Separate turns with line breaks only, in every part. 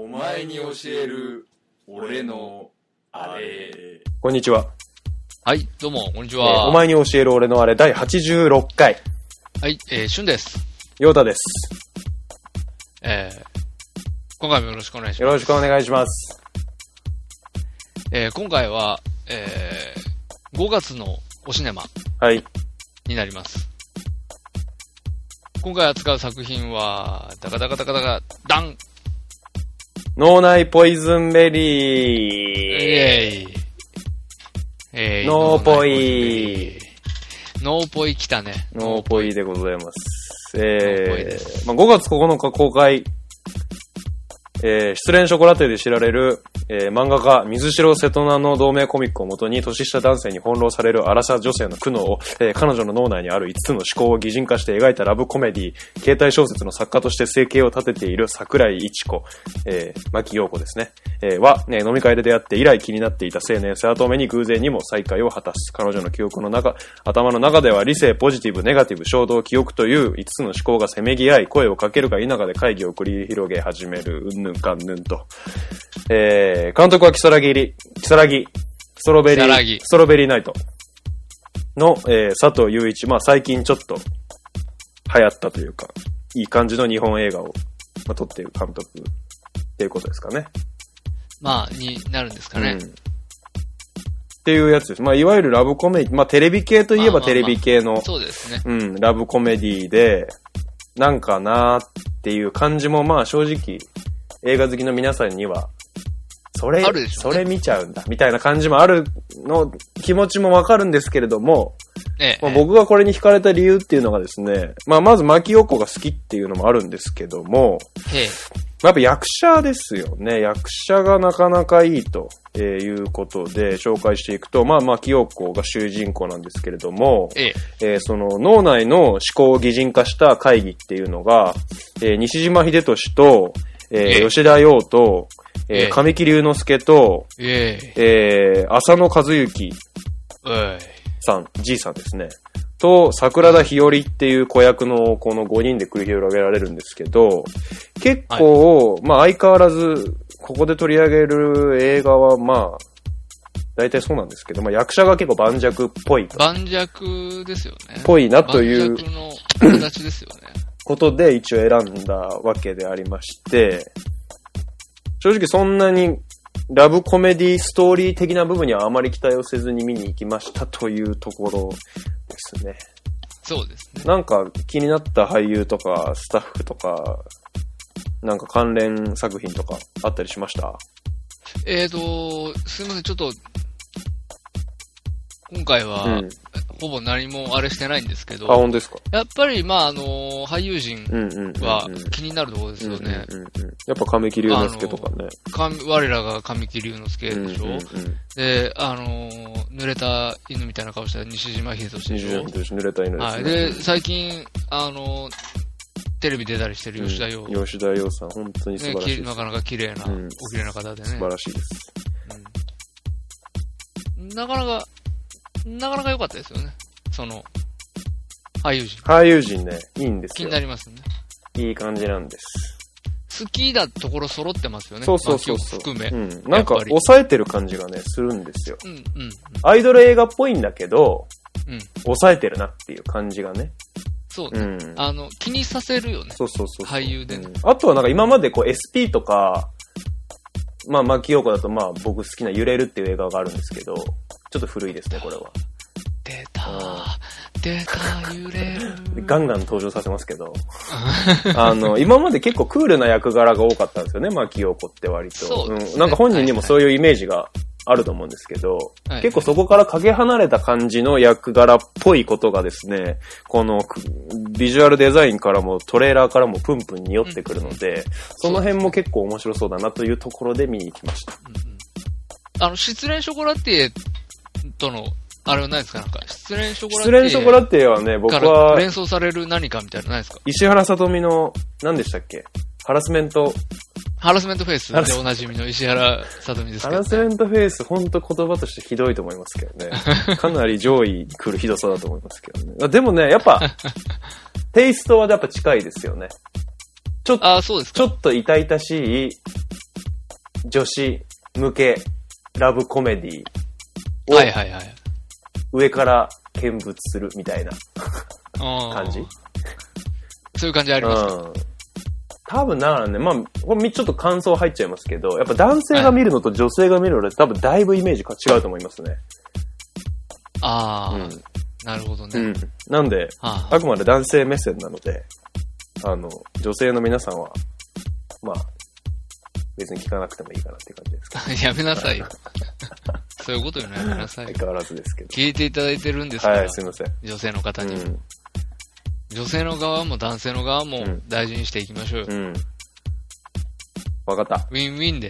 教える俺のあれ
こんにちは。
はい、どうも、こんにち
えー
は。
お前に教える俺のあれ第86回、
はい、えー、しゅんです。
ヨータです。
えー、今回もよろしくお願いし
よ
ま
ろしくお願いします。
す。えー、今回は、えー、5月のおシネマ
はい。
になります。今回扱う作品は、ダカダカダカダカ、ダン
脳内ポイズンベ
イ
リー。
ェイえー
ノーポイ。
ノーポイ来たね。
脳ポイでございます。
脳ポイ
え
で
ー、まあ、5月9日公開、えー、失恋ショコラテで知られる、えー、漫画家、水城瀬戸名の同名コミックをもとに、年下男性に翻弄される荒さ女性の苦悩を、えー彼女の脳内にある5つの思考を擬人化して描いたラブコメディ、携帯小説の作家として生計を立てている桜井一子、えー、牧陽子ですね、えーは、ね、飲み会で出会って以来気になっていた青年、瀬戸目に偶然にも再会を果たす。彼女の記憶の中、頭の中では理性、ポジティブ、ネガティブ、衝動、記憶という5つの思考がせめぎ合い、声をかけるか否かで会議を繰り広げ始める、うんぬんかんぬんと。えー、監督はキサラギリ、キサラギ、ストロベリ
如月
ー、ストロベリーナイトの、えー佐藤雄一。まあ最近ちょっと流行ったというか、いい感じの日本映画を、まあ、撮っている監督っていうことですかね。
まあ、になるんですかね。
うんっていうやつです。まあいわゆるラブコメディ、まあテレビ系といえば
まあまあ
テレビ系の、
そうですね。
うん、ラブコメディで、なんかなーっていう感じもまあ正直、映画好きの皆さんには、それ、
あるでしょ
そう
ね
れ見ちゃうんだ、みたいな感じもあるの、気持ちもわかるんですけれども、
ええ
まあ、僕がこれに惹かれた理由っていうのがですね、まあまず牧陽子が好きっていうのもあるんですけども、
ええ
やっぱ役者ですよね。役者がなかなかいいと、えーいうことで紹介していくと、まあまあ、清子が主人公なんですけれども、
ええ
えーその脳内の思考を擬人化した会議っていうのが、えー西島秀俊と、えー
ええ
吉田洋と、え
え
ー
え
神木隆之介と、
イェイ。
えー浅野和之
おい
さん、じいさんですね。と、桜田日和っていう子役のこの5人で繰り広げられるんですけど、結構、まあ相変わらず、ここで取り上げる映画はまあ、大体そうなんですけど、まあ役者が結構盤石っぽいと、
盤石ですよね。
ぽいなという
盤石の形ですよね。
ことで一応選んだわけでありまして、正直そんなにラブコメディストーリー的な部分にはあまり期待をせずに見に行きましたというところですね。
そうですね。
なんか気になった俳優とかスタッフとか、なんか関連作品とかあったりしました
えーと、すいません、ちょっと、今回は、
うん。
ほぼ何もあれしてないんですけ
あ、
ど、
本当ですか
やっぱり、まあ、あの、俳優陣
うんうんうんうん。
は気になるところです
うん
よ
うんうん
ね。
うんやっぱ亀木隆之介とかね。
か我らが神木隆之介
うんうん
でしょ、
うん。
で、あの、濡れた犬みたいな顔した西島秀俊で
二十
しょ
年と濡れた犬
はい。
で
で、
すね。
最近、あの、テレビ出たりして
うん
る吉田洋、
うん吉田洋さん、本当に素
ね
晴らしい
き
です。
なかなか綺麗な、
うん
お綺麗な方でね。
素晴らしいです。
うんなかなか、なかなか良かったですよね。その、俳優陣。
俳優陣ね、いいんです
気に
よ
な。りますね。
いい感じなんです。
好きなところ揃ってますよね。
そうそうそうそう。
脇を含め。
うん。なんか
やっぱり
抑えてる感じがね、するんですよ。
うん、うん、
アイドル映画っぽいんだけど、
うん。
抑えてるなっていう感じがね。
そう
う
ね、
ん。
あの、気にさせるよね。
そうそうそう。
俳優でね
うんあとはなんか今までこう SP とか、まあ、牧陽子だとまあ僕好きな揺れるっていう映画があるんですけど、ちょっと古いですね、これは。
出たー。出たー、揺れる
で
ー。
ガンガン登場させますけ ど。あの、今まで結構クールな役柄が多かったんですよね、牧陽子って割と。
そうですね
ん。なんか本人にもそういうイメージがあると思うんですけど、
はい
結構そこからかけ離れた感じの役柄っぽいことがですね、このくビジュアルデザインからもトレーラーからもプンプンに寄ってくるので、その辺も結構面白そうだなというところで見に行きました。
うんうんあの、失恋ショコラティエとの、あれはないですかなんか、失恋ショ
失
コラティエ。
恋ショコラティエはね、僕
から
は
連想される何かみたいなのないですか
石原さとみの、何でしたっけハラスメント、
ハラスメントフェイスでおなじみの石原さとみです
ハ
けど、
ラスメ
ね。
ントフェイス、ほんと言葉としてひどいと思いますけど ね。かなり上位に来るひどさだと思いますけどね。あでもね、やっ ぱ、テイストはやっぱ近いですよね。
あ、そうです
ち
か。
ょっと痛々しい、女子向けラブコメディを
はいはいはい。
上から見物するみたいな
感
感じ。
そういう感じありますね。
うん。多分だからね、まあ、これみちょっと感想入っちゃいますけど、やっぱ男性が見るのと女性が見るので多分だいぶイメージが違うと思いますね。
ああ、
う
なるほどね。
ん。うん。なんで、
はあ
あくまで男性目線なので、あの、女性の皆さんは、まあ、別に聞かなくてもいいかなって感じですけ
やめなさいよ。 そういうことよね、やめなさい
ど、
よ。
相変わらずですけど。
聞いていただいてるんですから、
はい、すいません。
女性の方に、
うん。
女性の側も男性の側も
うん
大事にしていきましょうよ。
うん。わかった。
ウィンウィンで。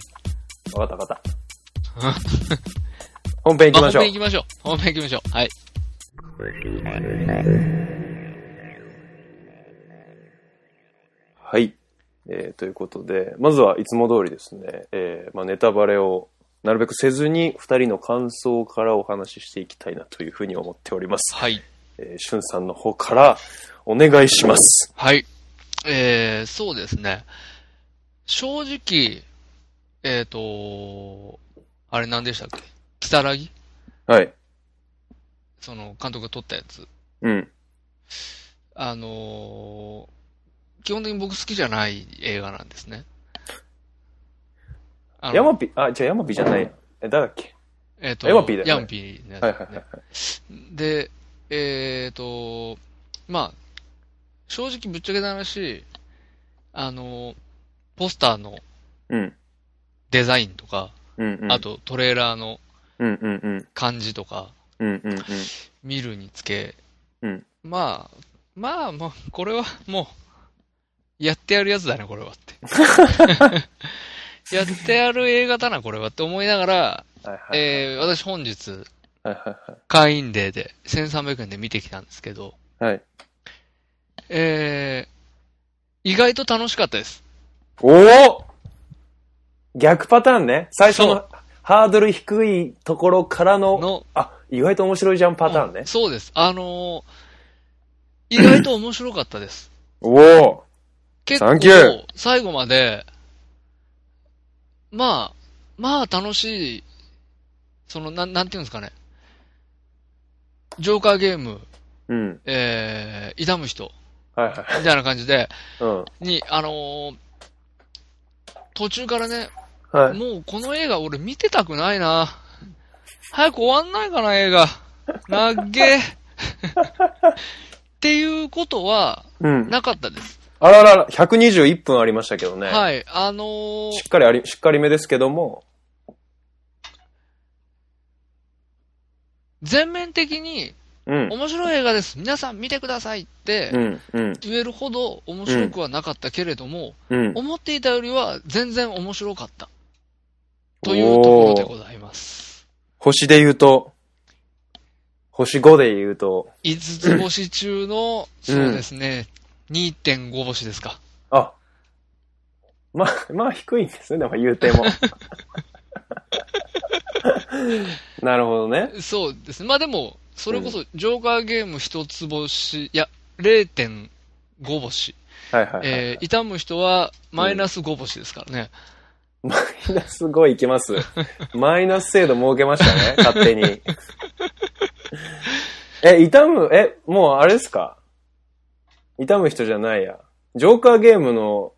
わかったわかった。 本編行きましょう
本。編行きましょう。本編行きましょう。はい。
はい。えーということで、まずはいつも通りですね、えーまあ、ネタバレをなるべくせずに二人の感想からお話ししていきたいなというふうに思っております。
はい。
えー、しゅんさんの方からお願いします。
はい。えー、そうですね。正直、えっ、と、あれ何でしたっけキサラギ
はい。
その、監督が撮ったやつ。
うん。
あのー基本的に僕好きじゃない映画なんですね。あの
ヤマピ、あ、じゃヤマピじゃないや。え、誰だっけ
えっ、と、
ヤマピーだよね
ヤンピーのやつ、
は
ね。
いはいはいはい。
で、えっ、と、まあ、正直ぶっちゃけた話、あの、ポスターの
うん。
デザインとか、
うん、うん。
あ、とトレーラーの
うんうんうん。
感じとか、
うんうんうん。
見るにつけ、
うん
まあ、まあ、もう、これはもう、やってやるやつだね、これ はって。やってやる映画だな、これはって思いながら、
はいはい。
えー私本日、
はいは
会員デーで1300円で見てきたんですけど、
いはい。はい。
えー、意外と楽しかったです。
おお逆パターンね。最初
そ
のハードル低いところからの、
の
あ、意外と面白いじゃんパターンね。
そうです。あのー意外と面白かったです。
おお
結
サンキュー
構、最後まで、まあ、まあ楽しい、その、なん、なんていうんですかね。ジョーカーゲーム、
うん。
えー、痛む人、
はいはい。
みたいな感じで、
うん。
に、あのー途中からね、
はい。
もうこの映画俺見てたくないな。早く終わんないかな、映画。なっげーっていうことは
うん。
なかったです。
あららら、121分ありましたけどね。
はい。あのー
しっかりあり、しっかりめですけども。
全面的に
うん。
面白い映画です。皆さん見てくださいって
うん。うん。
言えるほど面白くはなかったけれども、
うん。
思っていたよりは全然面白かった。というところでございます。
星で言うと、星5で言うと、
5つ星中の、そうですね、2.5星ですか。
あ、まあ、まあ低いんですね、でも言うても。 なるほどね。
そうですね。まあでも、それこそ、ジョーカーゲーム一つ星、いや、0.5星。
はいはい、はい。
えー、痛む人はマイナス5星ですからね。
マイナス5いきます。マイナス制度設けました ね、勝手に。え、痛む、え、もうあれですか痛む人じゃないや。ジョーカーゲームの、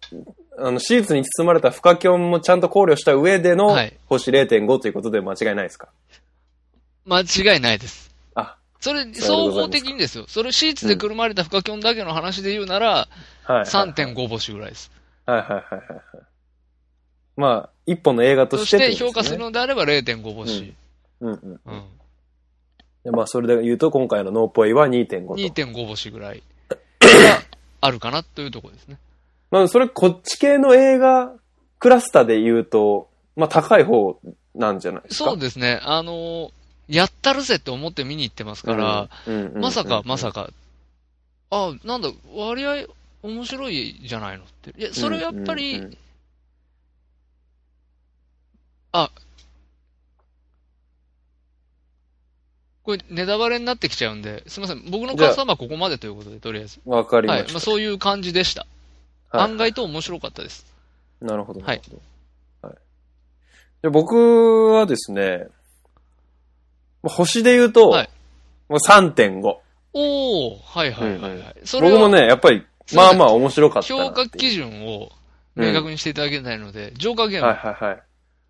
あの、シーツに包まれた不可境もちゃんと考慮した上での
はい
星0.5ということで間違いないですか、
間違いないです。
あ、
それ、
すか
総合的にですよ。それ、シーツでくるまれたフカキョンだけの話で言うなら、
はい。
3.5星ぐらいです。
はいはいはいはいはい。まあ、一本の映画と
そ
し
して
っててこ
評
と
価
ですね、
るのであれば0.5星。
うんうん
うん。
で。まあ、それで言うと、今回のノーポイは2.5と。
2.5星ぐ らいがあるかなというところですね。
まあ、それ、こっち系の映画クラスターで言うと、まあ、高い方なんじゃないですか。
そうですね。あのーやったるぜって思って見に行ってますから、
うん、うんうんうん
まさか、まさか。あ、なんだ、割合面白いじゃないのって。いや、それやっぱり、
うんうんうん
これネタバレになってきちゃうんで、すみません。僕の感想はまあここまでということで、とりあえず。
わかりま
は
し
い。まあそういう感じでした。
た。はい
案外と面白かったです。
なるほど。
はい
なるほど。はい。で僕はですね、まあ星で言うと、
はい
もう3.5。
おおはいはいはいはい。それ
僕
は
もね、やっぱり、
すいま
まあ
せん
まあ面白かったな
評
っていう
価基準を明確にしていただけないので、ジョーカーゲー
はい
ム
はいはい。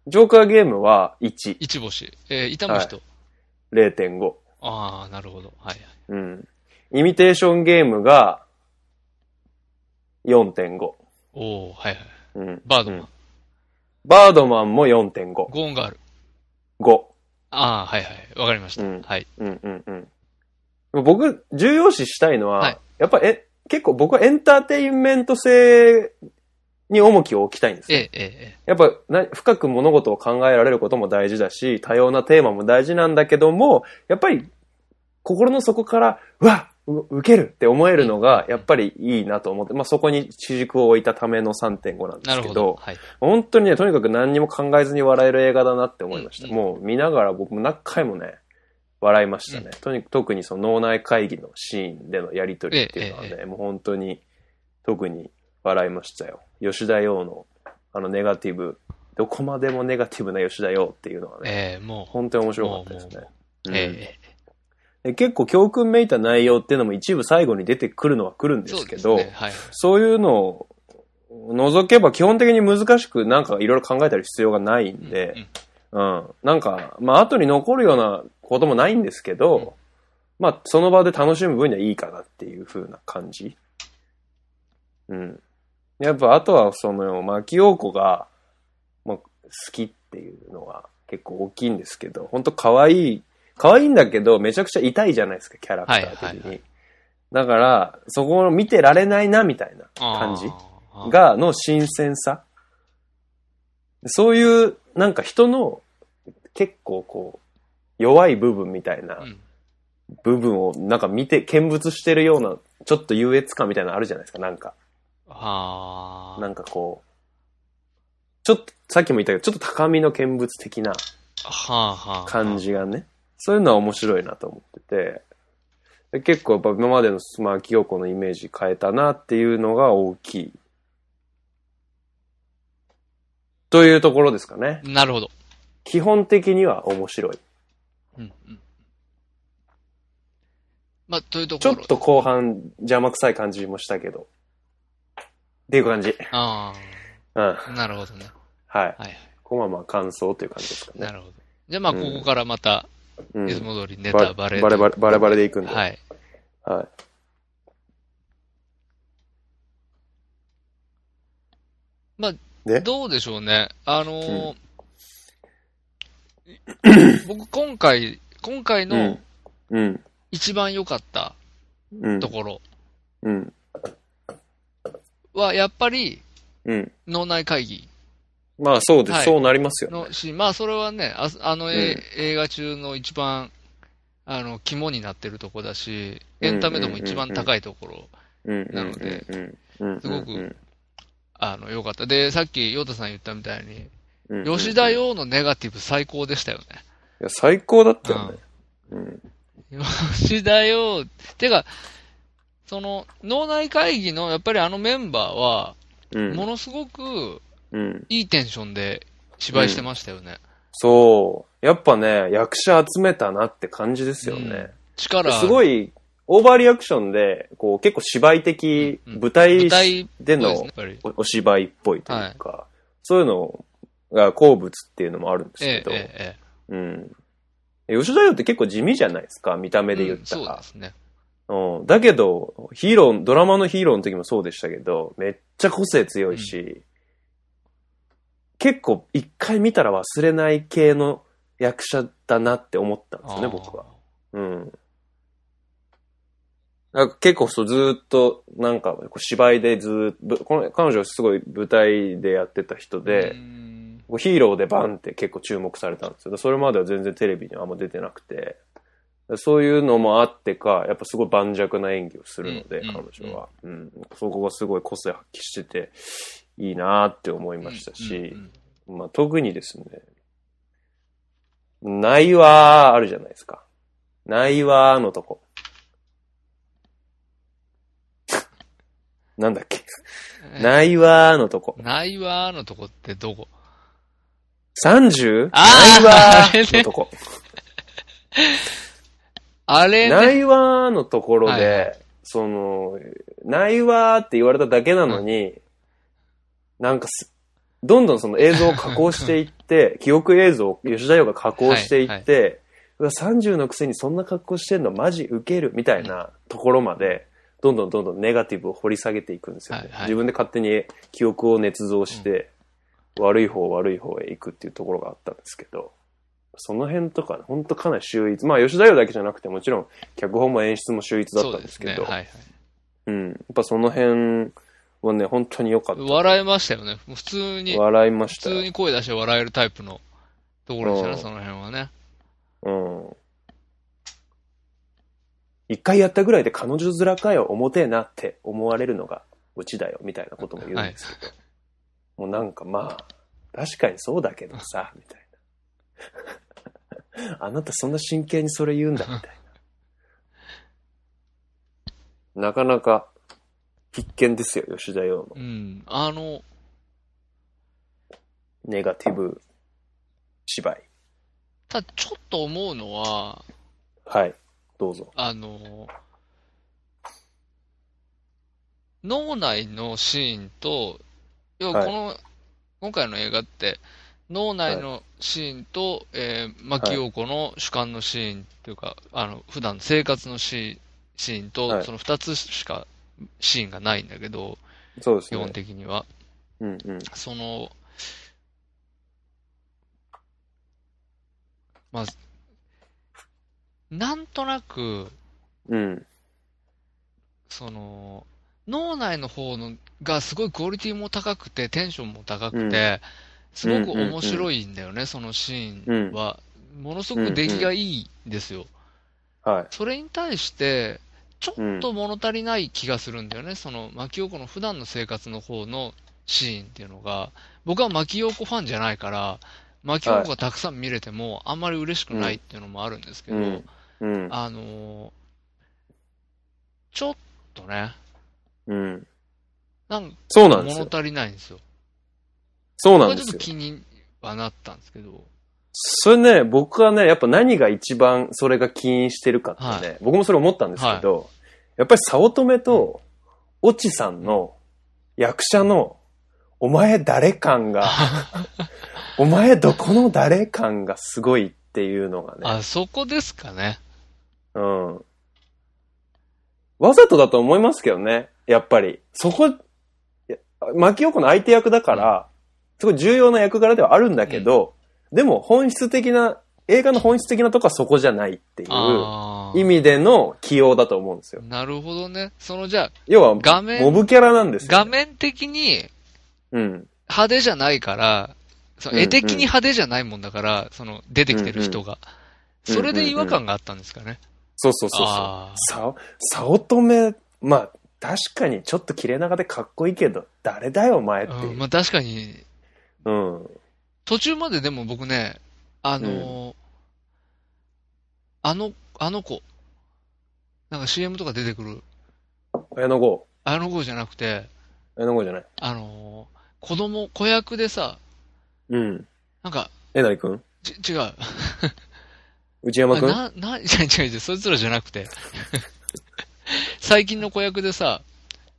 ジョーカーゲームは1、
1星、えー、痛む人。
0.5。
ああ、なるほど。はいはい。
うん。イミテーションゲームが4.5。
おおはいはい。
うん。
バードマン、
うんバードマンも4.5。
ゴーンガール。
5。
ああ、はいはい。わかりました。
うん
はい。
うんうんうん。でも僕、重要視したいのは、
はい
やっぱえ、結構僕はエンターテインメント性に重きを置きたいんです
え
よ。
え、ええ、
やっぱな深く物事を考えられることも大事だし、多様なテーマも大事なんだけども、やっぱり心の底から、うわう受けるって思えるのが、やっぱりいいなと思って、まあそこに主軸を置いたための3.5なん
ええ
で
な
す
る
け
ほ
ど、
ど。はい。
本当にね、とにかく何にも考えずに笑える映画だなって思いました。
うんうん
もう見ながら僕も何回もね、笑いましたね。とに特にその脳内会議のシーンでのやりとりっていうのはね
え、
もう本当に特に笑いましたよ。吉田洋のあのネガティブ、どこまでもネガティブな吉田洋っていうのはね、
ええ、もう、
本当に面白かったですね。うん
ええ
で結構教訓めいた内容っていうのも一部最後に出てくるのは来るん
ええ、
で
そう
すけ
です
ど、
ね。はい。
そういうのを除けば基本的に難しくなんかいろいろ考えたり必要がないん
うんう
で
ん、
うん、なんか、まあ後に残るようなこともないんですけど、
うん
まあその場で楽しむ分にはいいかなっていう風な感じ。うん。やっぱあとはその、牧陽子が、まあ、好きっていうのは結構大きいんですけど、本当可愛い、可愛いんだけど、めちゃくちゃ痛いじゃないですか、キャラクター的に。
はいはいは
だから、そこを見てられないな、みたいな感じ
あー、
が、の新鮮さ。そういう、なんか人の、結構こう、弱い部分みたいな
うん
部分を、なんか見て、見物してるような、ちょっと優越感みたいなのあるじゃないですか、なんか。
あー
なんかこう、ちょっと、さっきも言ったけど、ちょっと高みの見物的な
はあはあ。
感じがね、そういうのは面白いなと思ってて、で結構やっぱ今までの、まあ、清子のイメージ変えたなっていうのが大きい。というところですかね。
なるほど。
基本的には面白い。
うんうん。まあ、というと
ちょ
こ
っ
ろ。
と後半邪魔くさい感じもしたけど。っていう感じ。
あ
うん。
あ、なるほどね。
はい。
はいはい。
ここはまあ感想という感じですかね
な。るほど。じゃあまあ、ここからまた、
うん
いつも通りネ
バ
タ
レ
バ
バレ
レ。
バレバレバレでいくんで。
はい。
はい。
まあ
で、
どうでしょうね。あのー僕今回、今回
う
の
ん。うん。
一番良かった
うん
と。ころ
うん。
は、やっぱり
うん。
脳内会議
まあそうです。
はい
そうなりますよね。
のシーン。まあ、それはね、ああの、え映画中の一番、あの、肝になってるとこだし、エンタメ度も一番高いところ、
な
なので、
うん
すごく、あの、良かった。で、さっき、ヨタさん言ったみたいに、
うん
吉田。
うんうん
洋のネガティブ最高でしたよね。
いや、最高だったよね。うん。
吉田よ。てか、その、脳内会議のやっぱりあのメンバーは、
うん
ものすごく
うん。
いいテンションで芝居してましたよね。
そう。やっぱね、役者集めたなって感じですよね。
力、
すごい、オーバーリアクションで、こう、結構芝居的、
うんうん
舞台
舞台っ
で
ぽいで
の
すね、やっぱり。
おお芝居っぽいというか、そういうのが好物っていうのもあるんです
え
け
え、
ど、
ええ、
うん。吉田洋って結構地味じゃないですか、見た
え
目
え。
で言った
うんそう
ら
で。すね。
うん、だけど、ヒーロー、ドラマのヒーローの時もそうでしたけど、めっちゃ個性強いし、結構一回見たら忘れない系の役者だなって思ったんですよね、
あー
僕は。うん。なんか結構そうずーっと、なんかこう芝居でずーっとぶ、この彼女すごい舞台でやってた人で、
うん
こうヒーローでバンって結構注目されたんですけど、それまでは全然テレビにはあんま出てなくて、そういうのもあってか、やっぱすごい盤石な演技をするので、
うんうん
彼女は、うん。そこがすごい個性発揮してて、いいなーって思いましたし、
うんうん
まあ特にですね、ないわーあるじゃないですか。ないわーのとこ。なんだっけ。
ええ
ないわーのとこ。
ないわーのとこってどこ
30?
あーあ
ない わ
れ
ー
ね
のと こ。
あれね。
ないわーのところで、
は
その、ないわーって言われただけなのに、なんかす、どんどんその映像を加工していって、記憶映像を吉田洋が加工していって、うわ30のくせにそんな格好してんのマジウケるみたいなところまで、どんどんどんどんネガティブを掘り下げていくんですよね、
はいはい
自分で勝手に記憶を捏造して、悪い方悪い方へ行くっていうところがあったんですけど、その辺とか、本当かなり秀逸。まあ、吉田洋だけじゃなくて、もちろん、脚本も演出も秀逸だっ
そ
た
うんで
ですすけ
ね。
ど、
はいはい。
うん。やっぱその辺はね、本当に良かった。
笑えましたよね。もう普通に、
笑いま
普
した
通
よ。
に声出して笑えるタイプのところでしたね、
うん
その辺はね。
うん。一回やったぐらいで彼女面かよ、重てえなって思われるのがオチだよ、みたいなことも言うんですけど。もうなんかまあ、確かにそうだけどさ、みたいな。 あなたそんな真剣にそれ言うんだ、みたいな。なかなか必見ですよ、吉田洋の
うん。あの、
ネガティブ芝居。
ただちょっと思うのは、
はい、どうぞ。
あの、脳内のシーンと、要は
はい
この、今回の映画って、脳内のシーンと、えー、牧陽子の主観のシーンというか、あの、普段の生活のシーン、シーンと、
はい
その二つしかシーンがないんだけど、
そうです
基本
ね。
的には。
うんうん。
その、まあ、なんとなく、
うん。
その、脳内の方のがすごいクオリティも高くて、テンションも高くて、すごく面白いんだよね、そのシーンは。ものすごく出来がいいんですよ。
はい。
それに対して、ちょっと物足りない気がするんだよね、その、牧陽子の普段の生活の方のシーンっていうのが、僕は牧陽子ファンじゃないから、牧陽子がたくさん見れても、あんまり嬉しくないっていうのもあるんですけど、
うん。うん。
あのーちょっとね、
うん。
なんか
そうなんです
物
よ。
足りないんですよ。
そう
こ
な
れ
んで
ちょっ
す
と
よ。
気にはなったんですけど、
それね、僕はね、やっぱ何が一番それが起因してるかってね、僕もそれ思ったんですけど、やっぱり早乙女と、オチさんの役者の、お前誰感が、お前どこの誰感がすごいっていうのがね、
あそこですかね。
うん。わざとだと思いますけどね、やっぱり。そこ、いや牧陽子の相手役だから、すごい重要な役柄ではあるんだけど、でも本質的な、映画の本質的なとこはそこじゃないっていう
あ
意
あ。
味での起用だと思うんですよ。
なるほどね。そのじゃあ、
要は、
画面
モブキャラなんですよ、
画
ね。
面的に
うん。
派手じゃないから、その
うん
絵的に派手じゃないもんだから、その出てきてる人が。
うんうん
それで違和感があったんですかね。
そうそうそうそう。
あ
さ、早乙女、まあ、確かにちょっと切れ長でかっこいいけど、誰だよお前って
あ。、。
いううん
まあ確かに、
うん。
途中まででも僕ね、あのーあの、あの子、なんか CM とか出てくる、
綾野剛。
あの子じゃなくて、
綾野剛じゃない。
あのー子供、子役でさ、
うん。
なんか、
えなりくん
ち、違う。
内山くん
な、な、違う違う違う、そいつらじゃなくて。 最近の子役でさ、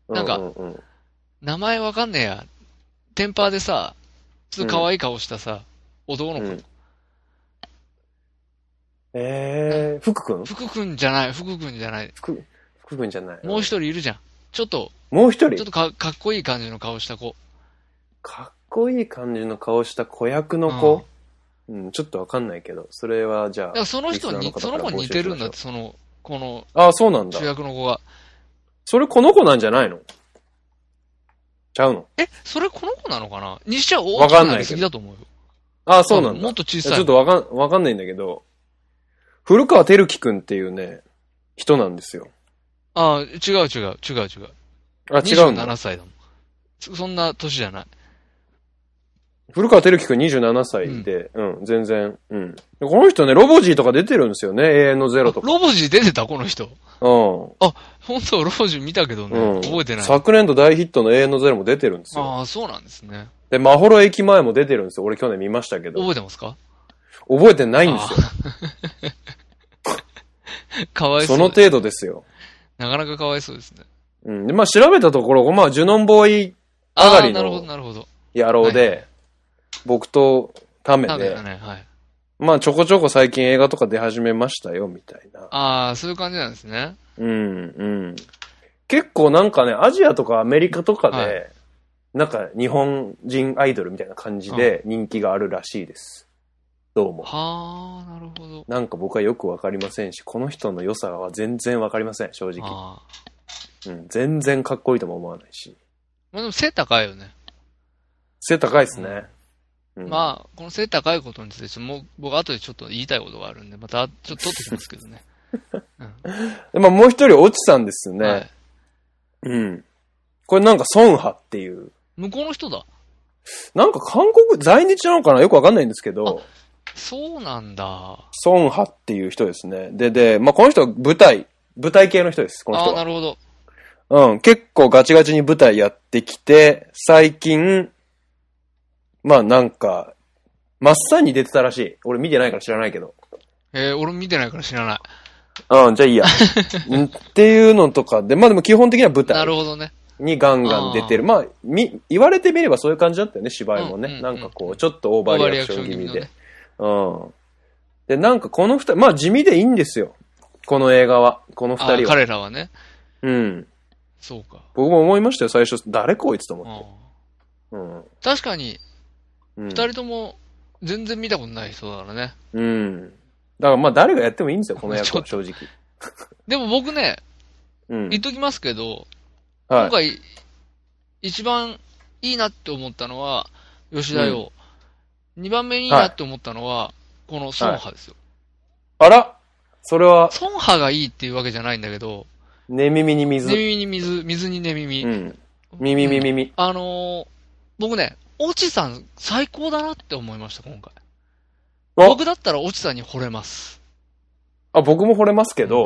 なんか
うううん
名前わかんねえや。テンパーでさ、ちょっと可愛い顔したさ、男の
う
子、
んえー、福くん
福くんじゃない、福くんじゃない。
福、福くんじゃない。
もう一
人。
人いるじゃん。ちょっと、
もう一
ちょっ
人
とかかっこいい感じの顔した子。
かっこいい感じの顔した子役の子、うん、ちょっとわかんないけど、それはじゃ
だからその人に
リ、ス
そ
ナーの方から
の子に似てるんだって、その、この
あ、あ、そうなんだ
主。役の子が。
それこの子なんじゃないのちゃうの
え、それこの子なのかなにしちゃ大きくなりすぎだと思うよ。
ああ、そうなんだ。
もっと小
い
さ
や
い。
ちょっとわかん、わかんないんだけど、古川照樹くんっていうね、人なんですよ。
ああ、違う違う、違う違う。
あ、違うんだ。
27歳だもん。そそんな年じゃない。
古川照樹くん27歳で、うん、全然、うん。でこの人ね、ロボジーとか出てるんですよね、永遠のゼロとか。
ロボジー出てたこの人。
うん。
本当ロボジー見たけどね、
うん
覚えてない。
昨年度大ヒットの永遠のゼロも出てるんですよ。
ああ、そうなんですね。
で、まほろ駅前も出てるんですよ。俺去年見ましたけど。
覚えてますか
覚えてないんですよ。
かわい
そ
そ。
うの程度ですよ。
なかなかかわいそうですね。
うん。で、まあ調べたところ、まあジュノンボーイ上
あ
が
あ、
りの
なるほど、なるほど。
野郎で、僕とタメ
ダメ
で
だ、ね、はい。
まあちょこちょこ最近映画とか出始めましたよ、みたいな。
ああ、そういう感じなんですね。
うん、うん。結構なんかね、アジアとかアメリカとかで、
はい
なんか日本人アイドルみたいな感じで人気があるらしいです。どうも。
はあ、なるほど。
なんか僕はよくわかりませんし、この人の良さは全然わかりません、正直。
ああ。
うん、全然かっこいいとも思わないし。
まあでも背高いよね。
背高いですね。うん
まあ、この背高いことについてちょっと、もう僕後でちょっと言いたいことがあるんで、またちょっと取ってきますけどね。
でまあもう一人、オチさんです ね。
はい。
うん。これなんか、ソンハっていう。
向こうの人だ。
なんか韓国、在日なのかなよくわかんないんですけど、
そうなんだ。あ
ソンハっていう人ですね。で、で、まあこの人は舞台、舞台系の人です、この
あ
人
ー、な
は。
るほど。
うん、結構ガチガチに舞台やってきて、最近、まあなんか、真っさに出てたらしい。俺見てないから知らないけど。
えー、俺見てないから知らない。
うん、じゃあいい や。うんっていうのとかで、まあでも基本的には舞
な
台
るほどね。
にガンガン出てる。まあ、み、言われてみればそういう感じだったよね、芝居も
うんうんう
ね。
ん
なんかこう、ちょっとオーバーリアクション気味
オーバーリア
で。うん。で、なんかこの二人、まあ地味でいいんですよ。この映画は。この
あ
二
ー
人は。
彼らはね。
うん。
そうか。
僕も思いましたよ、最初。誰こいつと思
あ
っ
ー
て。うん。
確かに、
うん
二人とも全然見たことない人だからね。
うん。だからまあ誰がやってもいいんですよ、この
ち
役
ょっ
は正直。
でも僕ね、
うん
言。っときますけど、
は
今回、一番いいなって思ったのは、吉田洋。二、番目にいいなって思ったのは、この孫波ですよ。
い。あらそれは、
孫波がいいっていうわけじゃないんだけど、
寝耳に水
寝。耳に水、水に寝耳。
うん。耳耳耳。
あのー僕ね、オチさん最高だなって思いました、今回。
あ
僕だったらオチさんに惚れます。
あ、僕も惚れますけ ど。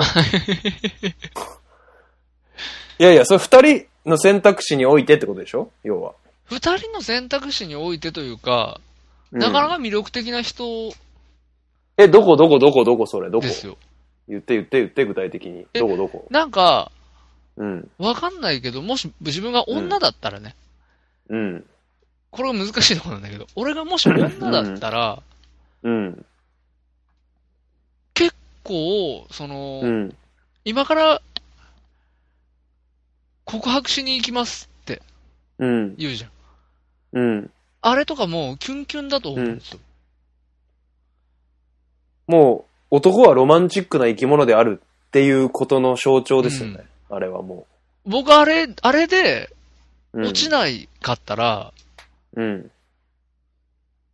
いやいや、それ二人の選択肢においてってことでしょ要は。
二人の選択肢においてというか、
うん
なかなか魅力的な人
え、どこどこどこどこそれどこ
ですよ。
言って言って言って具体的に。
え
どこどこ
なんか、
うん。
わかんないけど、もし自分が女だったらね、
うん。
これが難しいところなんだけど、俺がもし女だったら、
うん。
こう、その、
うん。
今から告白しに行きますって
うん。
言うじゃん。
うん。
あれとかもうキュンキュンだと思うんですよ。
もう、男はロマンチックな生き物であるっていうことの象徴ですよね。あれはも
僕あれ、あれで
う。うん
落ちないかったら、
うん。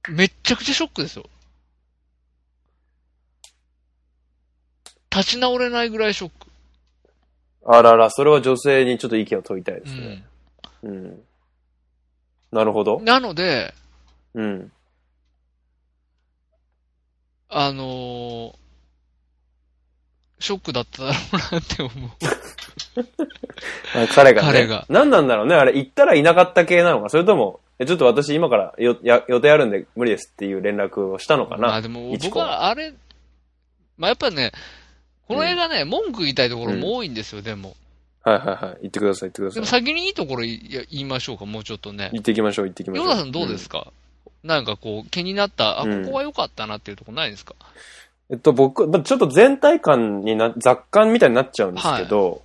めっちゃくちゃショックですよ。立ち直れないぐらいショック。
あらら、それは女性にちょっと意見を問いたいですね。
う
うん。なるほど
ん、。なので、
うん。
あのーショックだっただろうなって思う。
あ彼がね。
彼が
何なんだろうね。あれ、行ったらいなかった系なのか。それとも、えちょっと私今からよや予定あるんで無理ですっていう連絡をしたのか
まあ
な。
でも
一
僕
個
はあれ、まあやっぱね、この映画ね、文句言いたいところも多いんですよ、でも。
はいはいはい。行ってください、行って
で
くだ
も
さい。
先にいいところいいや言いましょうか、もうちょっとね。
行ってきましょう、行ってきましょ
ヨ
う。
ダさんどうですか、なんかこう、気になった、あ、
うん
ここは良かったなっていうところないですか、
えっと、僕、まあちょっと全体感にな、雑感みたいになっちゃうんですけど、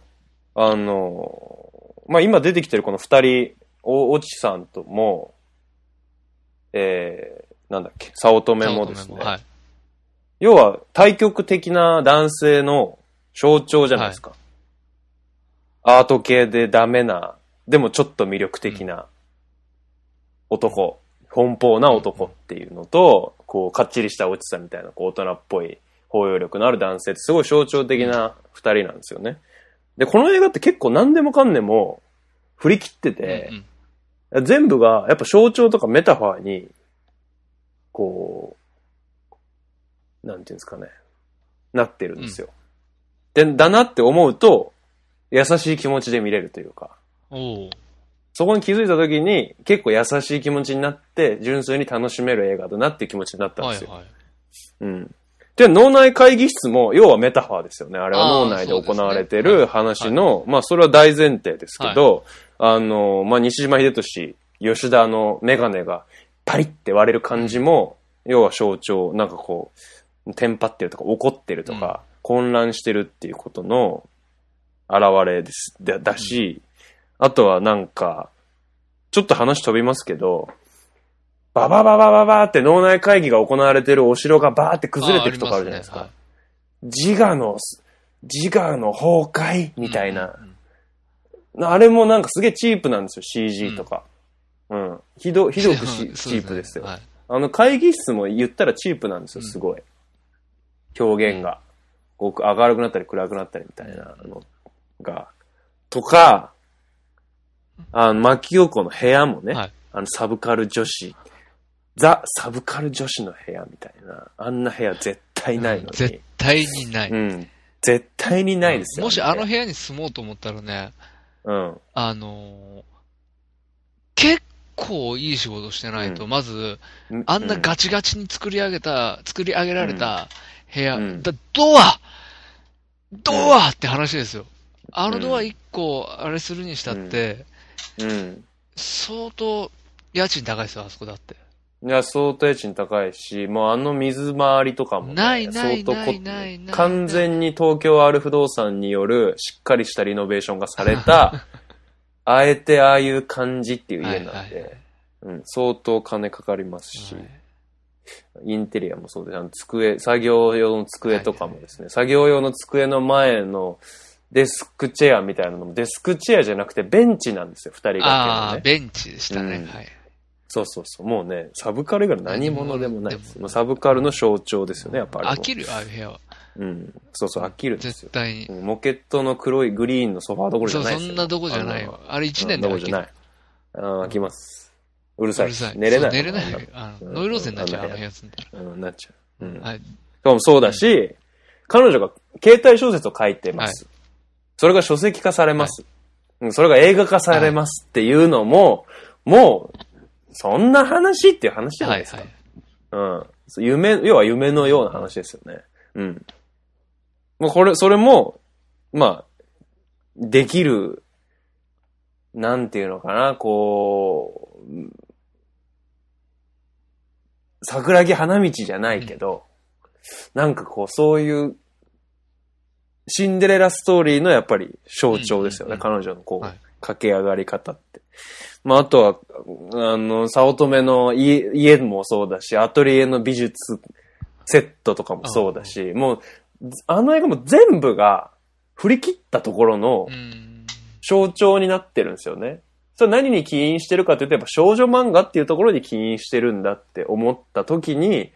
あの、まあ、今出てきてるこの二人、お、おちさんとも、えー、なんだっけ、早乙女もですね、
はい。
要は対極的な男性の象徴じゃないですか。アート系でダメな、でもちょっと魅力的な男、奔放な男っていうのと、こう、かっちりした落ちさみたいな、こう、大人っぽい包容力のある男性ってすごい象徴的な二人なんですよね。で、この映画って結構何でもかんでも振り切ってて、
うんうん
全部がやっぱ象徴とかメタファーにこう、なんていうんですかね、なってるんですよ。で、だなって思うと、優しい気持ちで見れるというか、
おう
そこに気づいた時に結構優しい気持ちになって、純粋に楽しめる映画だなっていう気持ちになったん
は
で
い
すよ。
はい。
うん。で、脳内会議室も、要はメタファーですよね。あれは
あー
脳内で
そうです
行
ね
われてる話の、まあ、それは大前提ですけど、あの、まあ、西島秀俊、吉田のメガネがパリって割れる感じも、要は象徴、なんかこう、テンパってるとか怒ってるとか、混乱してるっていうことの現れです、だだし、あとはなんか、ちょっと話飛びますけど、ババババババーって脳内会議が行われてるお城がバーって崩れていくとかあるじゃないですか。
ああり
自我の、自我の崩壊み
ますね
た
はい
な。
うんうんうん
あれもなんかすげえチープなんですよ、CG とか。うん。ひど、ひどくし
そう
チープですよ。
はい
あの会議室も言ったらチープなんですよ、
うん
すごい。表現が。こう明るくなったり暗くなったりみたいなのが。とか、あの、牧陽子の部屋もね、
はい
あの、サブカル女子、ザ・サブカル女子の部屋みたいな、あんな部屋絶対ないのに。
絶対にない。
うん。絶対にないですよ、
もしあの部屋に住もうと思ったらね、
うん。
あのー結構いい仕事してないと、
う
まず、あんなガチガチに作り上げた、作り上げられた部屋、
うん
だドアドアって話ですよ。あのドア1個、あれするにしたって、
うん。
相当、家賃高いですよ、あそこだって。
いや、相当家賃高いし、もうあの水回りとかも、ね、
ないない
相当凝って
ないないない
完全に東京ある不動産によるしっかりしたリノベーションがされ た、あえてああいう感じっていう家なんで、
はいはいはい
うん、相当金かかりますし、
はい
インテリアもそうです。あの机、作業用の机とかもですね、作業用の机の前のデスクチェアみたいなのも、デスクチェアじゃなくてベンチなんですよ、二人掛
あ
け
あ
の
ー、
ね。
ベンチでしたね。
うん
はい。
そうそうそう。もうね、サブカル以外の何者でもないです。
何者でもない
もうサブカルの象徴ですよね、やっぱり。
飽きるよ、ああいう部屋は。
うん。そうそう、飽きるんです
絶
よ。
対に。
うんモケットの黒いグリーンのソファーどころじ
そ
ゃ
う、
ないで
そ
すよ。
んなどこじゃないよ。あれ1
一年
年で
どこ
飽
じ
き
ゃ
る
な。い。あー飽きます。うる
う
さい
る
し
さい。
寝れない。
そう寝れないよ。あの、
うん
ノイローゼになっちゃう、
う
あ
ん
のやつみたい
うん、なっちゃう。うん
な。。はい。
しかもそうだし、彼女が携帯小説を書いてます。それが書籍化されます、うんそれが映画化されますっていうのも、もう、そんな話っていう話じゃな
はいい、
ですか。
はい。
うん。そう夢、要は夢のような話ですよね。うん。まあ、これ、それも、まあ、できる、なんていうのかな、こううん、桜木花道じゃないけど、なんかこう、そういう、シンデレラストーリーのやっぱり象徴ですよね。
うん
彼女のこう、
はい
駆け上がり方って。まあ、あとは、あの、早乙女の家家もそうだし、アトリエの美術セットとかもそうだし、もう、あの映画も全部が振り切ったところの
うん。
象徴になってるんですよね。それ何に起因してるかというと、やっぱ少女漫画っていうところに起因してるんだって思った時に、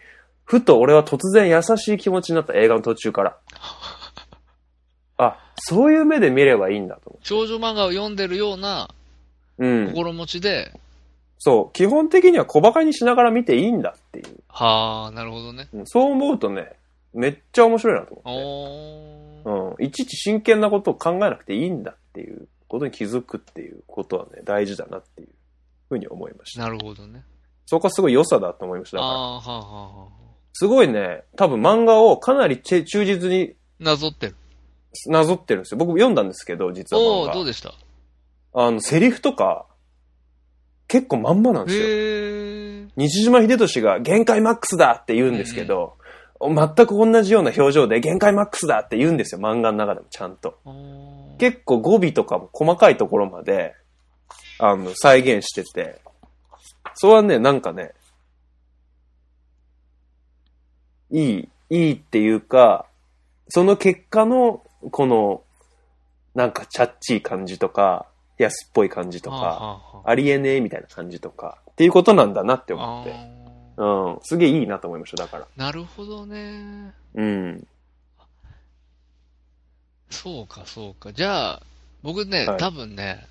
ふと俺は突然優しい気持ちになった映画の途中 から。あ、そういう目で見ればいいんだと思
少女漫画を読んでるような
う。うん。
心持ちで、
そう、基本的には小馬鹿にしながら見ていいんだっていう。
はあ、なるほどね。
うんそう思うとね、めっちゃ面白いなと思
お
っ
ー。
て。うん。いちいち真剣なことを考えなくていいんだっていうことに気づくっていうことはね、大事だなっていうふうに思いました。
なるほどね。
そこはすごい良さだと思いました。
あ
だから、
あ、はあ、はあ、はあ。
すごいね、多分漫画をかなりち忠実に
なぞってる。
なぞってるんですよ。僕読んだんですけど、実は
お
漫
お
画。
ーどうでした
あの、セリフとか、結構まんまなんですよ。
へえ。
西島秀俊が限界マックスだって言うんですけど、全く同じような表情で限界マックスだって言うんですよ、漫画の中でもちゃんと。
おー
結構語尾とかも細かいところまで、あの、再現してて、それはね、なんかね、いい、いいっていうか、その結果の、この、なんかチャッチー感じとか、安っぽい感じと
はあ
か、
はあはあ
ありえねえみたいな感じとか、っていうことなんだなって思
あ
って。
ー
うん。すげえいいなと思いました、だから。
なるほどね。
うん。
そうか、そうか。じゃあ、僕ね、
はい
多分ね、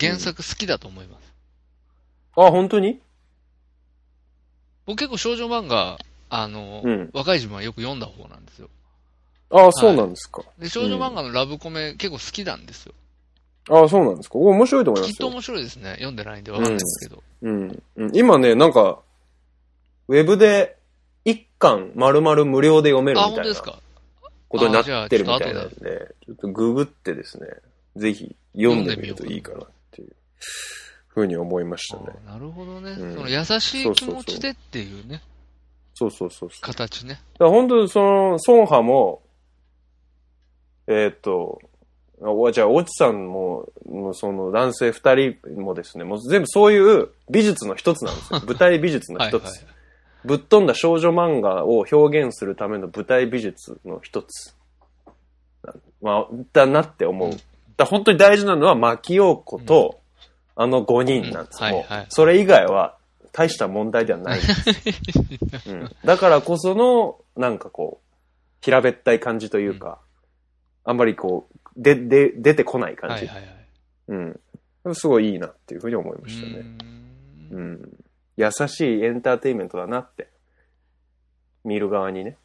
原作好きだと思います。
あ、本当に
僕結構少女漫画、あの、
うん
若い自分はよく読んだ方なんですよ。
ああ、そうなんですか。
で、少女漫画のラブコメ結構好きなんですよ。
ああ、そうなんですか。お面白いと思いま
きっ
す
と
よ。
面白いですね。読んでないんでわかんないですけど。
うん。うん今ね、なんか、ウェブで一巻丸々無料で読める
あ、
み
本
た
当
い
で
な
すか。
ことになってるみたいなんで、ちょっとググってですね、ぜひ読んでみるといいかなっていうふうに思いましたね。
あなるほどね、
うん
その優しい気持ちでっていうね、
そうそうそうそう。
形ね。
だから本当にその、孫波も、えーっと、あおじゃあ、おちさんも、もうその男性二人もですね、もう全部そういう美術の一つなん ですよ。舞台美術の
はい
一
はい
つ。。ぶっ飛んだ少女漫画を表現するための舞台美術の一つ。まあ、だなって思う。
うん
だから本当に大事なのは、牧陽子と、あの5人なんです、
うんはい
もう
はい
それ以外は、大した問題では ないんです、うんだからこその、なんかこう、平べったい感じというか、あんまりこう、で、で、出てこない感
は
じ。
いはいはい。
うん。すごいいいなっていうふうに思いま
う
したね。
ー
うんん、優しいエンターテインメントだなって、見る側にね。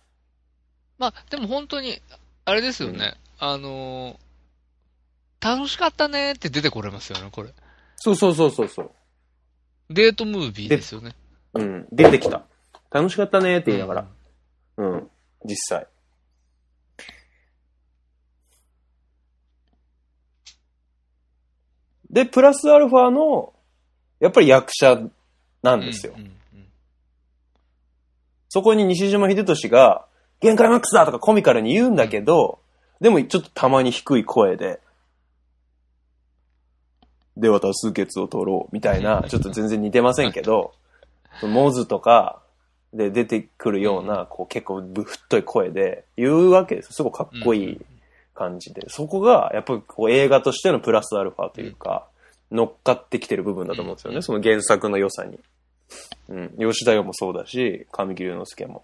まあ、でも本当に、あれですよね。あのー楽しかったねって出てこれますよね、これ。
そうそうそうそうそう。
デートムービーですよね。
うん、出てきた。楽しかったねって言いながら、うん、実際。で、プラスアルファの、やっぱり役者なんですよ。
うんうんうん
そこに西島秀俊が、限界マックスだとかコミカルに言うんだけど、でもちょっとたまに低い声で、では多数決を取ろう、みたいな、ちょっと全然似てませんけど、モズとかで出てくるような、こう結構ぶ太い声で言うわけですよ。すごいかっこいい感じで。そこが、やっぱりこう映画としてのプラスアルファというか、乗っかってきてる部分だと思うんですよ
う
ね。
ん
その原作の良さに。うん。吉田洋もそうだし、神木隆之介も。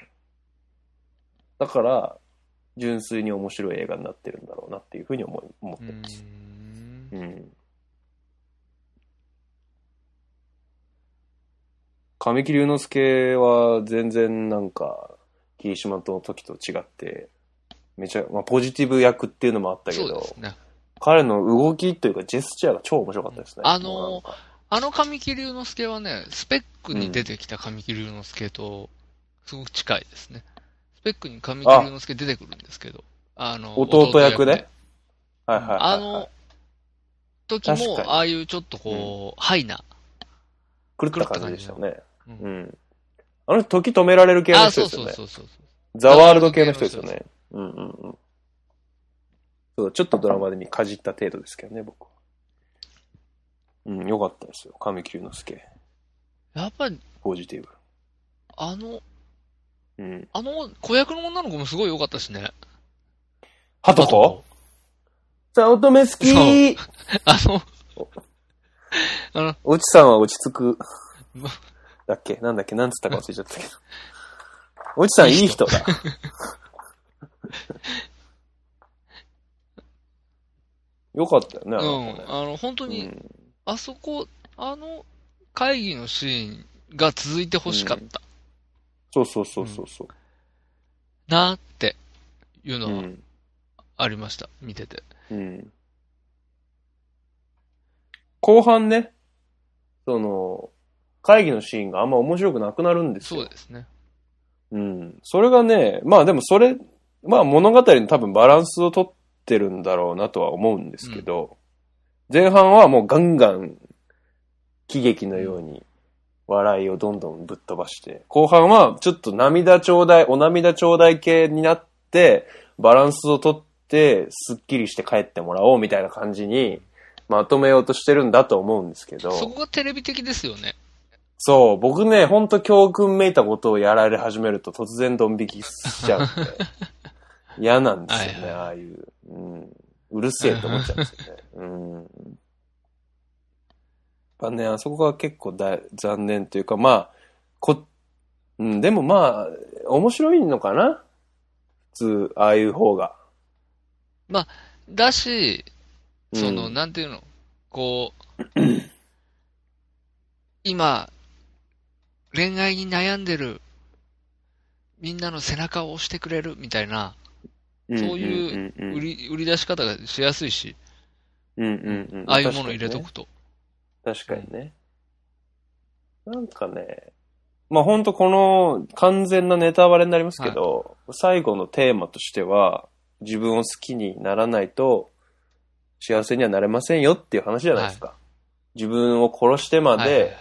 だから、純粋に面白い映画になってるんだろうなっていうふうに思い思っ
う
て
ー
ます。
ん
うん。神木隆之介は全然なんか、霧島の時と違って、めちゃ、まあ、ポジティブ役っていうのもあったけ
そうで
ど、
すね。
彼の動きというかジェスチャーが超面白かったですね。
あ
もうなん
の
か
あの神木隆之介はね、スペックに出てきた神木隆之介と、すごく近いですね。スペックに神木隆之介出てくるんですけど、あの、
弟役ではいはいはい、はい。
あの、時
確
も
か、に
ああいうちょっとこう、ハイな。
狂った感じでしたよね。
狂った感じ
う
の
ん。あの人、時止められる系
あ
の
あ、
人
そ
で
う
すよね。
そうそうそう。
ザワールド系の人ですよね。うんうんうん。そうちょっとドラマで見かじった程度ですけどね、僕は。うん、よかったですよ。神木隆之介。
やっぱり、
ポジティブ。
あの、
うん。
あの、子役の女の子もすごい良かったしね。
ハトコさあ、乙女好き
あの、あの、
落ちさんは落ち 着く
ま。
だっけなんだっけなんつったか忘れちゃったけど。落ちさんいい人 だ。よかったよね、あ
う
の
ん
子ね、
あの、本当に、
うん
あそこ、あの会議のシーンが続いて欲しかった
そうそうそうそうそう。
なっていうの
う
は
ん
ありました、見てて。
うん後半ね、その、会議のシーンがあんま面白くなくなるんです
そ
よ
う。ですね。
うん。それがね、まあでもそれ、まあ物語の多分バランスをとってるんだろうなとは思うんですけど、前半はもうガンガン喜劇のように笑いをどんどんぶっ飛ばして、後半はちょっと涙ちょうだい、お涙ちょうだい系になって、バランスをとって、すっきりして帰ってもらおうみたいな感じに、まとめようとしてるんだと思うんですけど。
そこがテレビ的ですよね。
そう、僕ね、ほんと教訓めいたことをやられ始めると突然ドン引きしちゃうん で、嫌なんですよね、
はいはい
ああいう、うん。うるせえって思っちゃうんですよね。 うん。やっぱね、あそこが結構だ残念というか、まあ、こ、うん、でもまあ、面白いのかな普通、ああいう方が。
だし、
うん
その、なんていうの、 こう、今、恋愛に悩んでる、みんなの背中を押してくれるみたいな、そういう売
り、
り売り出し方がしやすいし、
うんうんうん
ああいうもの入れとくと。
確かにね。なんかね、まあ本当この完全なネタバレになりますけど、最後のテーマとしては、自分を好きにならないと幸せにはなれませんよっていう話じゃないですか。自分を殺してま
はいはい
で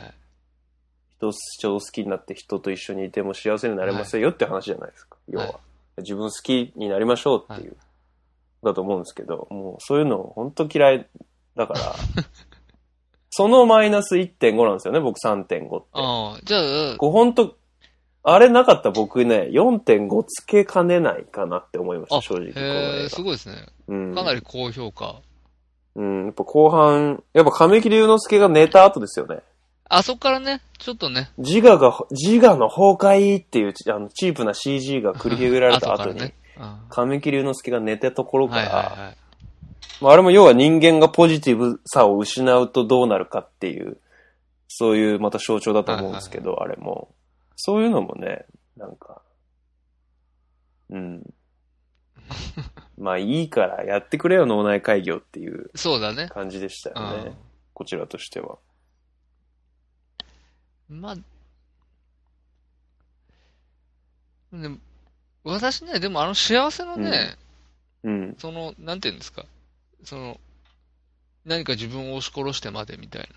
人を人を好きになって人と一緒にいても幸せになれませんよって話じゃないですか。要は、
はい
自分好きになりましょうっていう、だと思うんですけど、もうそういうの本当嫌いだから、 そのマイナス1.5なんですよね、僕3.5って。
はい。ああ、じゃあ、
こう本当あれなかったら僕ね、4.5つけかねないかなって思いました、
あ、
正直。この
へ
映
え、す
画
ごいですね。
うん、
かなり高評価。
うん、やっぱ後半、やっぱ神木隆之介が寝た後ですよね。
あそこからね、ちょっとね、
自我が、自我の崩壊っていう、あの、チープな CG が繰り広げられた
後か
後
ら
に、
ね。うんは
神木隆之介が寝たところ
い
か
はい
ら、
はい。
まあ、あれも要は人間がポジティブさを失うとどうなるかっていう、そういうまた象徴だと思うんですけど、あれも。そういうのもね、なんか、うん。まあいいからやってくれよ、脳内会議をっていう
そうだね。
感じでしたよね。こちらとしては。
うん。まあ、でも私ね、でもあの幸せのね、
うん。
その、なんていうんですか、その、何か自分を押し殺してまでみたい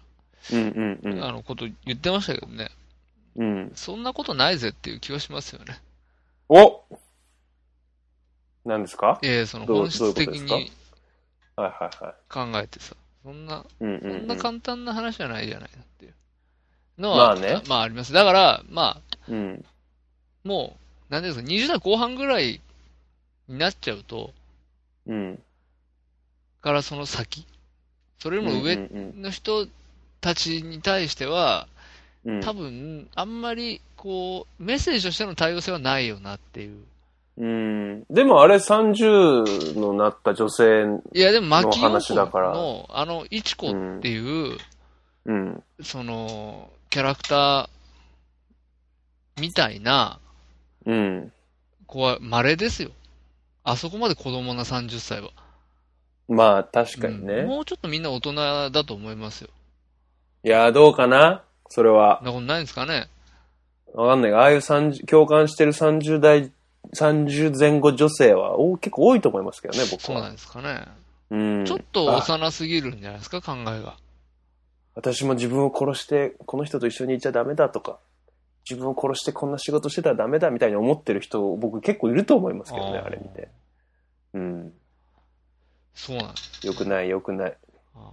うんうんう
な、あ
ん。
のこと言ってましたけどね、
うん。
そんなことないぜっていう気はしますよね。
お何ですか
ええ、その
どう
本質的
どういう
に
はいはいはい。
考えてさ、そんな、
うんう
そ
んうん
んな簡単な話じゃないじゃないなっていうの
ま
は、
あね
まああります。だから、まあ、
うん。
もう、なんていうんですか、20代後半ぐらいになっちゃうと、
うん。
からその先、それよりも
うん
上
うん
の人たちに対しては、
うん。
多分、あんまり、こう、メッセージとしての多様性はないよなっていう。
うん。でもあれ30のなった女性、
いや、でも、牧
の
陽
話
子
だから
の、あの、いちこっていう、
うん。
その、キャラクターみたいな
うん。
子は稀ですよ。あそこまで子供な30歳は。
まあ確かにね。
うんもうちょっとみんな大人だと思いますよ。
いやー、どうかなそれ
そ
は。
んなことないんですかね。
わかんないが、ああいう30、共感してる30代、30前後女性はお結構多いと思いますけどね、僕
そうな
は。
んですかね。
うん
ちょっと幼すぎるんじゃないですか、考えが。
私も自分を殺して、この人と一緒にいちゃダメだとか、自分を殺してこんな仕事してたらダメだみたいに思ってる人、僕結構いると思いますけどね、
あー
あれ見て。うん。
そうなんです。
よくない、よくない。
あ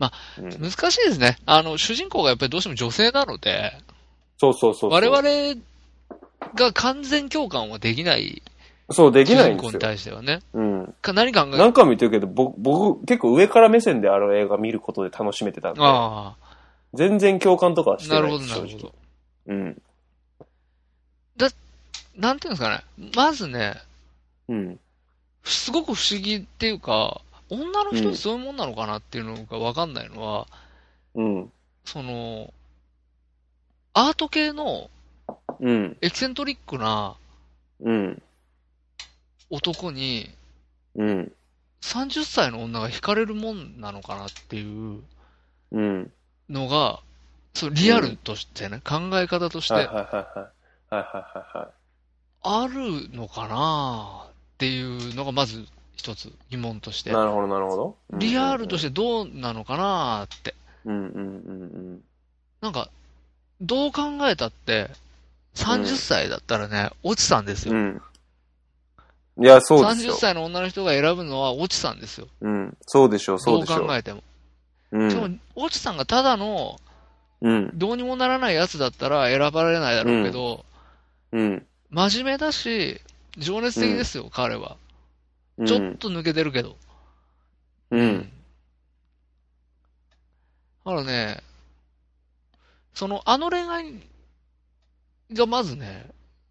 あ
うん、
難しいですね。あの、主人公がやっぱりどうしても女性なので、
そうそうそうそう。
我々が完全共感はできない
そう、でき
主
ない
人
んです
公に
よ。
対してはね。
うん。
か何考え
何回も言ってるけど、僕、僕、結構上から目線であの映画見ることで楽しめてたんで。
あ
全然共感とかは
あ、
して
な
ない
るほど、
です
なるほ。
正
ど。
直うん。
なんていうんですかね。まずね、
うん。
すごく不思議っていうか、女の
う
人っ
ん
てそういうもんなのかなっていうのがわかんないのは、
うん。
その、アート系の
うん。
エキセントリックな
うん。
男に、
うん。
30歳の女が惹かれるもんなのかなっていう
うん。
のが、そうリアルとしてね、考え方とし
はいはい
て
はいはい。はいはいは
あるのかなっていうのがまず一つ疑問とし
い。
て。
なるほどなるほど。。
リアルとしててどうなのかなって。
うんうんうん
なんか、どう考えたって、30歳だったらね、落ちさんです
うん。う
よ。
ん。いや、そうです
30
よ。
歳の女の人が選ぶのは落ちさんですよ。
うん。そうでしょう、そ
ど
う
う
でしょ
考
う。
えても。
う
しか
ん。
も、落ちさんがただの、
うん。
どうにもならないやつだったら選ばれないだろうけど、
うん。
真面目だし、情熱的ですよ、彼は。
うん
ちょっと抜けてるけど。
う。。
うんだからね、その、あの恋愛がまずね、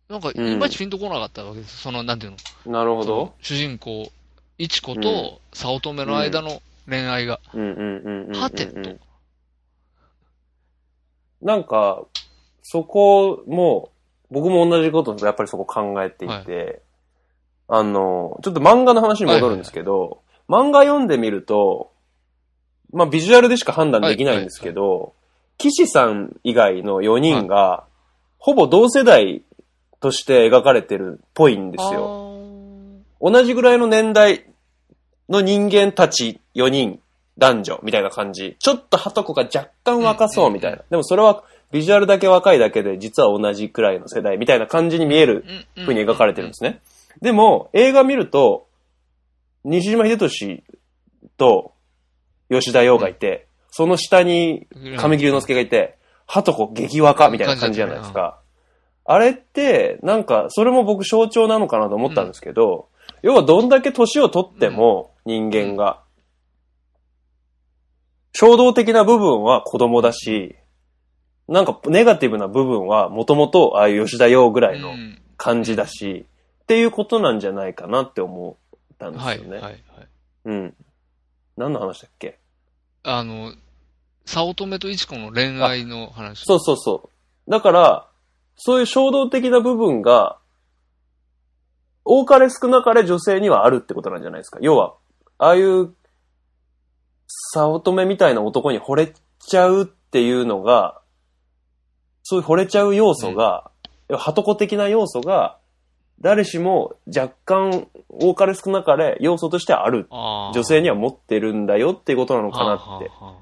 なんか、い
うん
まいちピンとこなかったわけです。その、なんていうの
なるほ
その
ど。
主人公、いちこと早乙女の間の恋愛が。
うんうんうんうんうんうん。
はてと。
なんか、そこも、僕も同じことやっぱりそこ考えていて、あの、ちょっと漫画の話に戻るんですけど、漫画読んでみると、まあビジュアルでしか判断できないんですけど、岸さん以外の4人が、ほぼ同世代として描かれてるっぽいんですよ。同じぐらいの年代の人間たち4人、男女みたいな感じ。ちょっとはとこが若干若そうみたいな。でもそれはビジュアルだけ若いだけで実は同じくらいの世代みたいな感じに見える
ふ
風に描かれてるんですね。でも映画見ると、西島秀俊と吉田洋がいて、その下に神木隆之介がいて、はとこ激若みたいな感じじゃないですか。あれって、なんか、それも僕象徴なのかなと思ったんですけど、要はどんだけ年を取っても人間が、衝動的な部分は子供だし、なんかネガティブな部分はもともとああいう吉田洋ぐらいの
うん
感じだし、っていうことなんじゃないかなって思ったんですよ
はい、
ね。
はい、はい。
うん。何の話だっけ
あの、早乙女と一子の恋愛の話。
そうそうそう。だから、そういう衝動的な部分が、多かれ少なかれ女性にはあるってことなんじゃないですか。要は、ああいう、早乙女みたいな男に惚れちゃうっていうのが、そういう惚れちゃう要素が、要ははとこ的な要素が、誰しも若干多かれ少なかれ要素としてある。
あー
女性には持ってるんだよっていうことなのかな
はあ
っ
は
て。
あはあはあ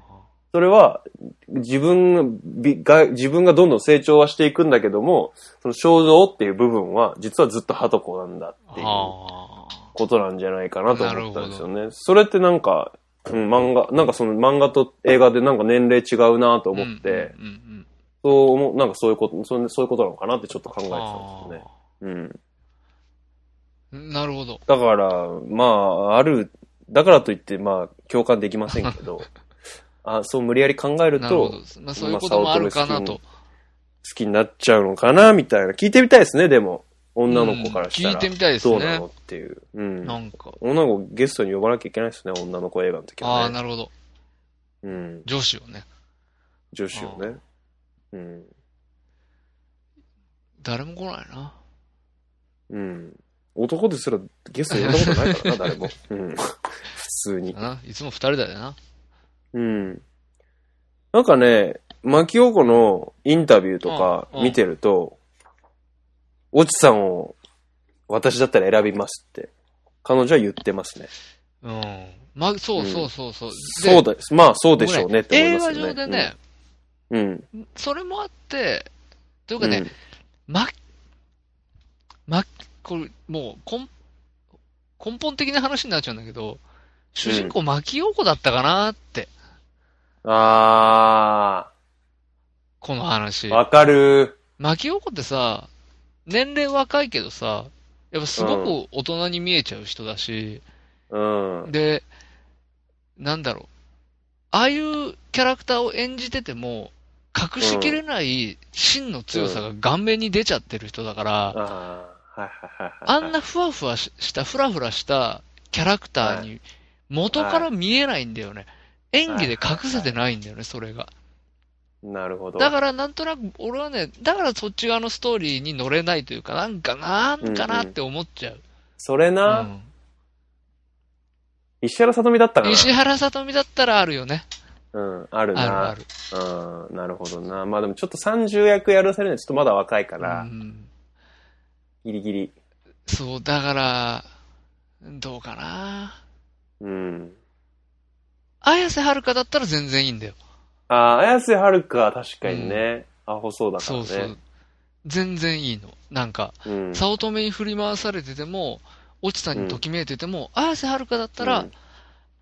それは、自分びが、自分がどんどん成長はしていくんだけども、その症状っていう部分は、実はずっとハトコなんだっていう
は
ことなんじゃないかなと思ったんですよね。それってなんか、うん、漫画、なんかその漫画と映画でなんか年齢違うなと
あ
思って、
うんうんうん
そう思う、なんかそういうこと、そうそういうことなのかなってちょっと考えてたんですよね。
あ
うん。
ーなるほど。
だから、まあ、ある、だからといって、まあ、共感できませんけ ど、あそう無理やり考える
なるほ
と
ど、です。まあ、そういうこともあるかなと。
好きになっちゃうのかなみたいな。聞いてみたいですね、でも。女の子からした
うん
ら。
聞いてみたいです
どうな
ね
の。っていう。うん。
なんか。
女の子ゲストに呼ばなきゃいけないですね、女の子映画の時
あ
は
あ、
ね。
なるほど。
うん。
女子をね。
女子をね。うん。
誰も来ないな。
うん。男ですらゲスト呼んだことないからな、誰も。うん。普通に
だ。ないつも二人だよな。
うん。なんかね、牧陽子のインタビューとか
うんうん
見てると、オチさんを私だったら選びますって、彼女は言ってますね。
うん。ま、そうそうそうそう。
そう
だ
だ、まあそうでしょうねって思いますよね。
映画上でね、
うん。うん。
それもあって、という
う
か
ん。
ね、ま、ま、これ、もう、根、根本的な話になっちゃうんだけど、主人公、牧陽子だったかなって、
あ
この話
ー、。わかる。
牧陽子ってさ、年齢若いけどさ、やっぱすごく大人に見えちゃう人だし、
うん。
で、なんだろう。ああいうキャラクターを演じてても、隠しきれない真の強さが顔面に出ちゃってる人だから、
あー、はいはいはい
あ
はい。
んなふわふわしした、ふらふらしたキャラクターに元から見えないんだよね。演技で隠せてないんだよね、それが。
なるほど。
だからなんとなく、俺はね、だからそっち側のストーリーに乗れないというか、なんかなんかなって思っちゃう。
それ
う
な、
ん
石原さとみだったかな。
石原さとみだったらあるよね。
うん、ある
ある
な。
ある。
うん、なるほどな。まあでもちょっと30役やらせるにはちょっとまだ若いから、
うん
ギリギリ。
そう、だから、どうかな。
うん。
綾瀬はるかだったら全然いいんだよ。
あー、綾瀬はるか、確かにね。アホそうだから
そ
ね。
うそう。全然いいの。なんか、
うん。
早乙女に振り回されてても、落ちたにときめいてても、綾瀬はるかだったら、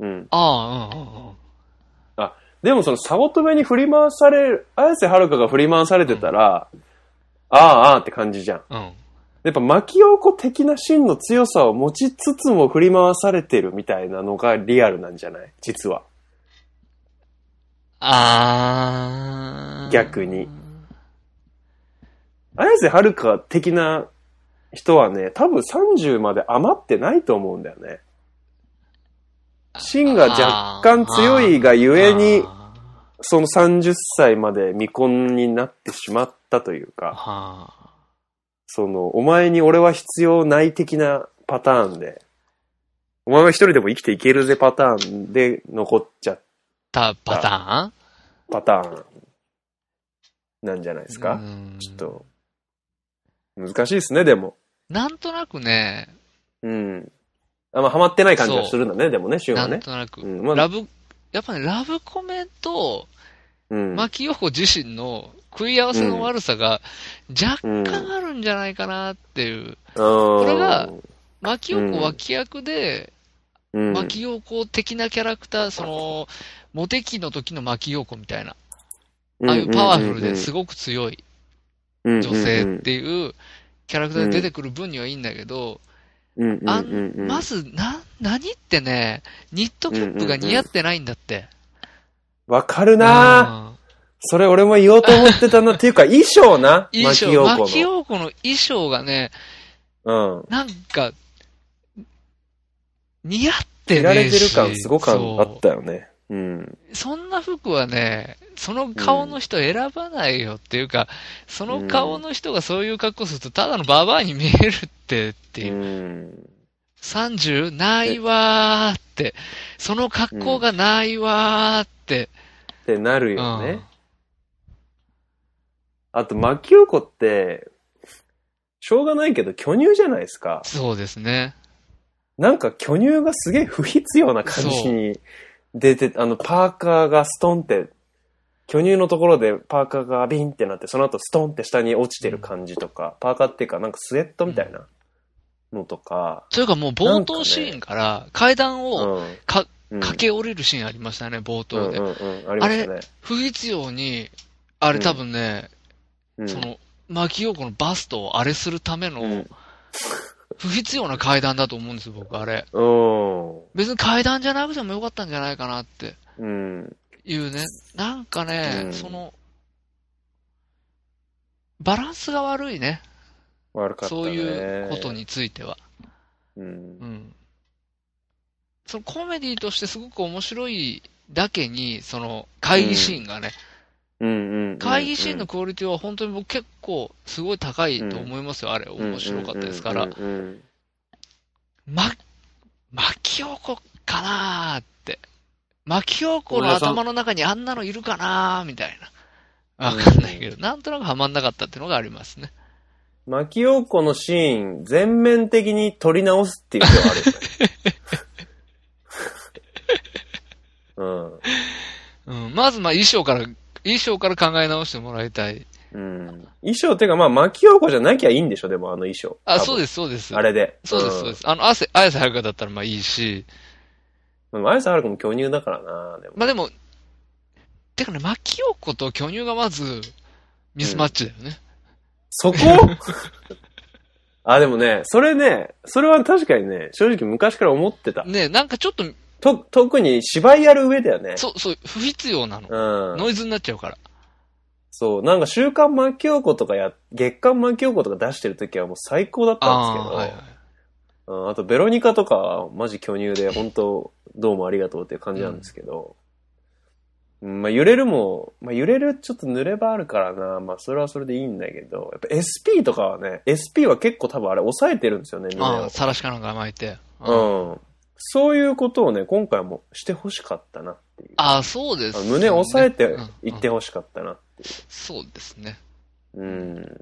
うん、うん。
ああ、うんうんうん。
でもその早乙女に振り回される、綾瀬はるかが振り回されてたら、ああああって感じじゃん。
うん。
やっぱ牧陽子的な真の強さを持ちつつも振り回されてるみたいなのがリアルなんじゃない実は。
ああ。
逆に。綾瀬はるか的な人はね、多分30まで余ってないと思うんだよね。芯が若干強いがゆえに、
あ
その30歳まで未婚になってしまっったというか、
はあ。
その、お前に俺は必要ない的なパターンで、お前は一人でも生きていけるぜパターンで残っちゃった
パタ
パターンなんじゃないです
ー
か、
ン
ちょっと、難しいですね、でも。
なんとなくね、
うん。あんまハマってない感じがするんだね、でもね、シュン
な
はね
ん。となく、
うん、まあ
ラブ、やっぱね、ラブコメと、
うん。
牧陽子自身の食い合わせの悪さが若干あるんじゃないかなっていう。
こ
れが、牧陽子脇役で、
うん、
牧陽子的なキャラクター、その、モテ期の時の牧陽子みたいな、ああいうパワフルですごく強い
女
女性っていうキャラクターで出てくる分にはいいんだけど、あんまず、な、何ってね、ニットキャップが似合ってないんだって。
わかるなぁ
うん
それ俺も言おうと思ってたな。っていうか、衣装な。
衣装、
牧
牧
陽
陽子の衣装がね、
子の。
なんか、似合っ
うん。着
てね
られ
え
てる
し
感、すごくあ
そ
ったよね。うん。
うそんな服はね、その顔の人選ばないよっていうか、その顔の人がそういう格好すると、ただのババアに見えるってって
う
いう。
ん。
30? ないわーって。その格好がないわーって。
ってなる
うん。
よね。あと、牧陽子って、しょうがないけど、巨乳じゃないですか。
そうですね。
なんか巨乳がすげえ不必要な感じに出て、あの、パーカーがストンって、巨乳のところでパーカーがビンってなって、その後ストンって下に落ちてる感じとか、パーカーっていうかなんかスウェットみたいなのとか、
というかもう冒頭シーンから階段
う
を
ん。
か
うん
駆け下りるシーンありましたね、冒
うん
頭
う
で。
んうん、ありましたね。
不必要に、あれ多分ね、
うん
その、牧陽子のバストをあれするため
う
の
ん、
不必要な階段だと思うんですよ、僕、あれ。
うん。
別に階段じゃなくてもよかったんじゃないかなって
うん。
いうね。なんかね、
うん
その、バランスが悪いね。
悪かったね。
そういうこと。については。
うん
う。ん。そのコメディとしてすごく面白いだけに、その会議シーンがね、
うんうんうん。
会議シーンのクオリティは本当に僕結構すごい高いと思いますよ、あれ。面白かったですから
うん。うんうんうん
ま、巻き起こかなーって。巻き起この頭の中にあんなのいるかなーみたいな。わかんないけど、なんとなくハマんなかったっていうのがありますね。
牧陽子のシーン、全面的に撮り直すっていう手はあるよね。
うん。まず、まあ、衣装から、衣装から考え直してもらいたい。
うん。うん。衣装っていうか、まあ、牧陽子じゃなきゃいいんでしょ、でも、あの衣装。
あ、そう
で
です、そうです。
あれで。。
そうです、そうですす。あの、汗、綾瀬はるかだったらまあいいし。
うん。あやさはるかも巨乳だからな、でも。
まあでも、てかね、牧陽子と巨乳がまず、ミスマッチだよね。
そこあ、でもね、それね、それは確かにね、正直昔から思ってた。
ねなんかちょっと、
と、特に芝居やる上だよね。
そう、そう、不必要なの。
うん。
ノイズになっちゃうから。
そう、なんか週刊マキオコとかや、月刊マキオコとか出してる時はもう最高だったんですけど、
あーはいはい。
うんあとベロニカとかはマジ巨乳で、本当どうもありがとうっていう感じなんですけど、うんまあ揺れるも、まあ揺れるちょっと濡れ場あるからな、まあそれはそれでいいんだけど、やっぱ SP とかはね、SP は結構多分あれ抑えてるんですよね、みん
あ
な
あ、さらしかなんか巻いて。あ
を。うん。そういうことをね、今回もしてほしかったなっていう。
あ、そうです、ね。
胸押さえて
うん
いって
うん
ほしかったな。
そうですね。
うん。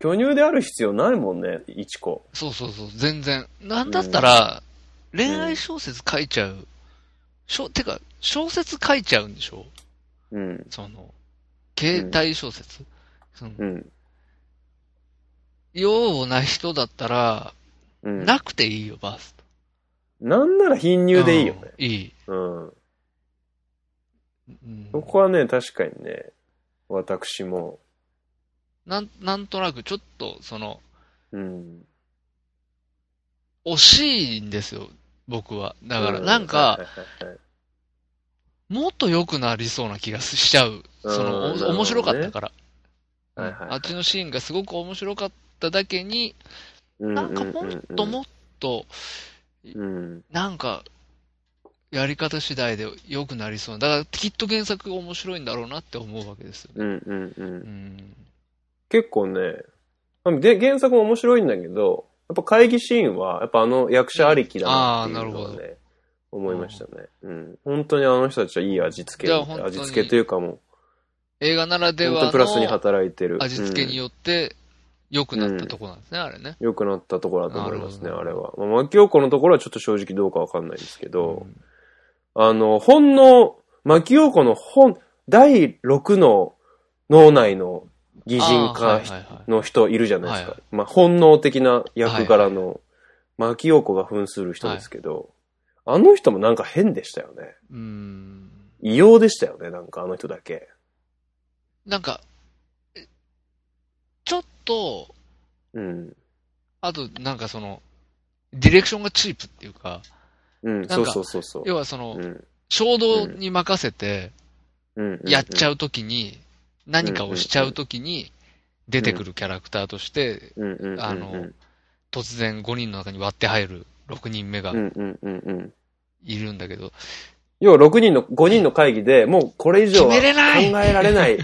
巨乳である必要ないもんね、一個。
そうそうそう、全然。なんだったら、恋愛小説書いちゃう。しょ、てか、小説書いちゃうんでしょ
うん。
その、携帯小説。その、
うん。
用な人だったら、
うん。
なくていいよ、バスト。
なんなら貧乳でいいよね。
うん。いい。
うん。
うん
そこはね、確かにね、私も、
なん、なんとなく、ちょっと、その、
うん。
惜しいんですよ、僕は。だから、
う
なんか、
はいはいはい
もっと良くなりそうな気がしちゃう。
うん
そ
な
の
るほど、ね
お面白かったから。うん
はいはいはい
あっちのシーンがすごく面白かっただけに、
うん
なんかもっともっと、
うんうん。
なんか、やり方次第で良くなりそうな。だから、きっと原作が面白いんだろうなって思うわけですよね。
うんうんうん。
うん。
結構ね、で原作も面白いんだけど、やっぱ会議シーンは、やっぱあの役者ありきだなっていうのは
うんあーな
ね、思いましたね。うん。本当にあの人たちはいい味付け
じゃあ本当、に
味付けというかも
映画なら
う、
で
本当
は
にプラスに
の
働いてる。
味付けによって良くなったとこなんですね、あれね。
うん良くなったところだと思いますね、
な
あれ
る
は。まあ、牧陽子のところはちょっと正直どうかわかんないですけど、
ん
あの、本の、牧陽子の本、第6の脳内の擬人
あー
化
はいはいはい
の人いるじゃないですか。
は
まあ、本能的な役柄の、牧陽子が扮する人ですけど、あの人もなんか変でしたよね。
うん。
異様でしたよね、なんかあの人だけ。
なんか、えちょっと、
うん。
あと、なんかその、ディレクションがチープっていうか、
うん、
か
そうそうそうそう。
要はそうの、
ん。
衝動に任せて、
うん。
やっち
ゃ
ゃうときに、何かをしちゃうときに、出てくるキャラクターとして、
うん。うん。うん。うん
あの、突然5人の中に割って入る6人目が
うんうんうんうん。
いるんだけど、
要は6人の、5人の会議でもうこれ以上は
決めれない
考えられ ない、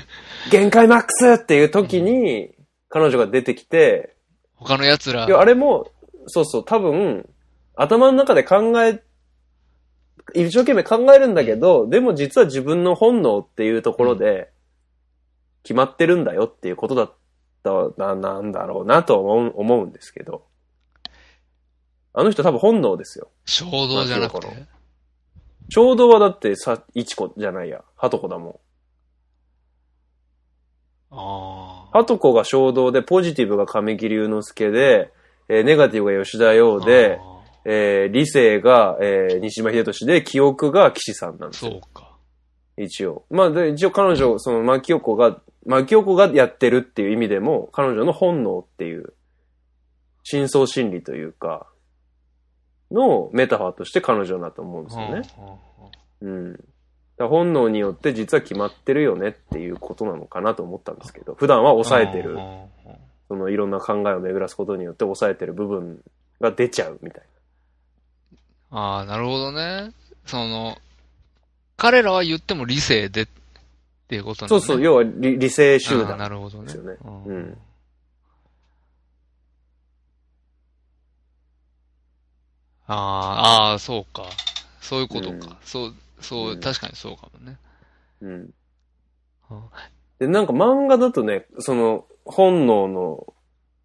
限界マックスっていう時に、彼女が出てきて、
他の奴ら
い、や、あれも、そうそう、多分、頭の中で考え、一生懸命考えるんだけど、でも実は自分の本能っていうところで、決まってるんだよっていうことだった、な、なんだろうなと思う、思うんですけど。あの人多分本能ですよ。
衝動じゃなくて
なんていう。衝動はだってさ、いちこじゃないや、はとこだもん。
ああ。
はとこが衝動で、ポジティブが神木隆之介で、えーネガティブが吉田洋で、
あ
えー理性が、えー西島秀俊で、記憶が岸さんなん
ー
です
そ
よ。
うか。
一応。まあ、で一応彼女、その、牧陽子が、牧陽子がやってるっていう意味でも、彼女の本能っていう、深層心理というか、のメタファーとして彼女だと思うんですよね。
うんうんうん
うん。だから本能によって実は決まってるよねっていうことなのかなと思ったんですけど、普段は抑えて
う
る
んう、んうん
そのいろんな考えを巡らすことによって抑えてる部分が出ちゃうみたい
ああ、なるほどね。その、彼らは言っても理性でっていうこと
な。
なん
そ
だ
う
ね。
そう、要は理理性集
あーな
団。
るほどね。
ですよね
うん
うん
あーあー、そうか。そういうこと
うん
か。そう、そう、
うん
確かにそうかもね。
うん。
うん
で、なんか漫画だとね、その本能の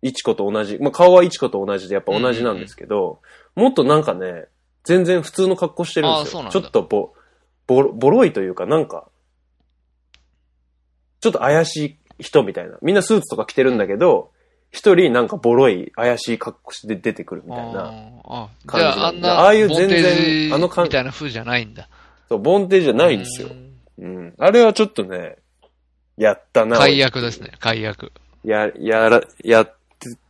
イチコと同じ、まあ顔はイチコと同じでやっぱ同じなんですけど、もっとなんかね、全然普通の格好してるん
あー
です
そう
よ
な。ん
ちょ
だ
っとぼ、ぼろ、ぼろいというかなんか、ちょっと怪しい人みたいな。みんなスーツとか着てるんだけど、一人なんかぼろい怪しい格好して出てくるみたいな。
あーあ、
感
じ
じ
ゃ
なんだ
あ、あん
あ
な、
あいう
ボンテージ
全然あの感
みたいな風じゃないんだ。
そう、ボンテージじゃないんですよ
う。ん
うん。あれはちょっとね、やったな。
解約ですね、解約。
や、やら、やっ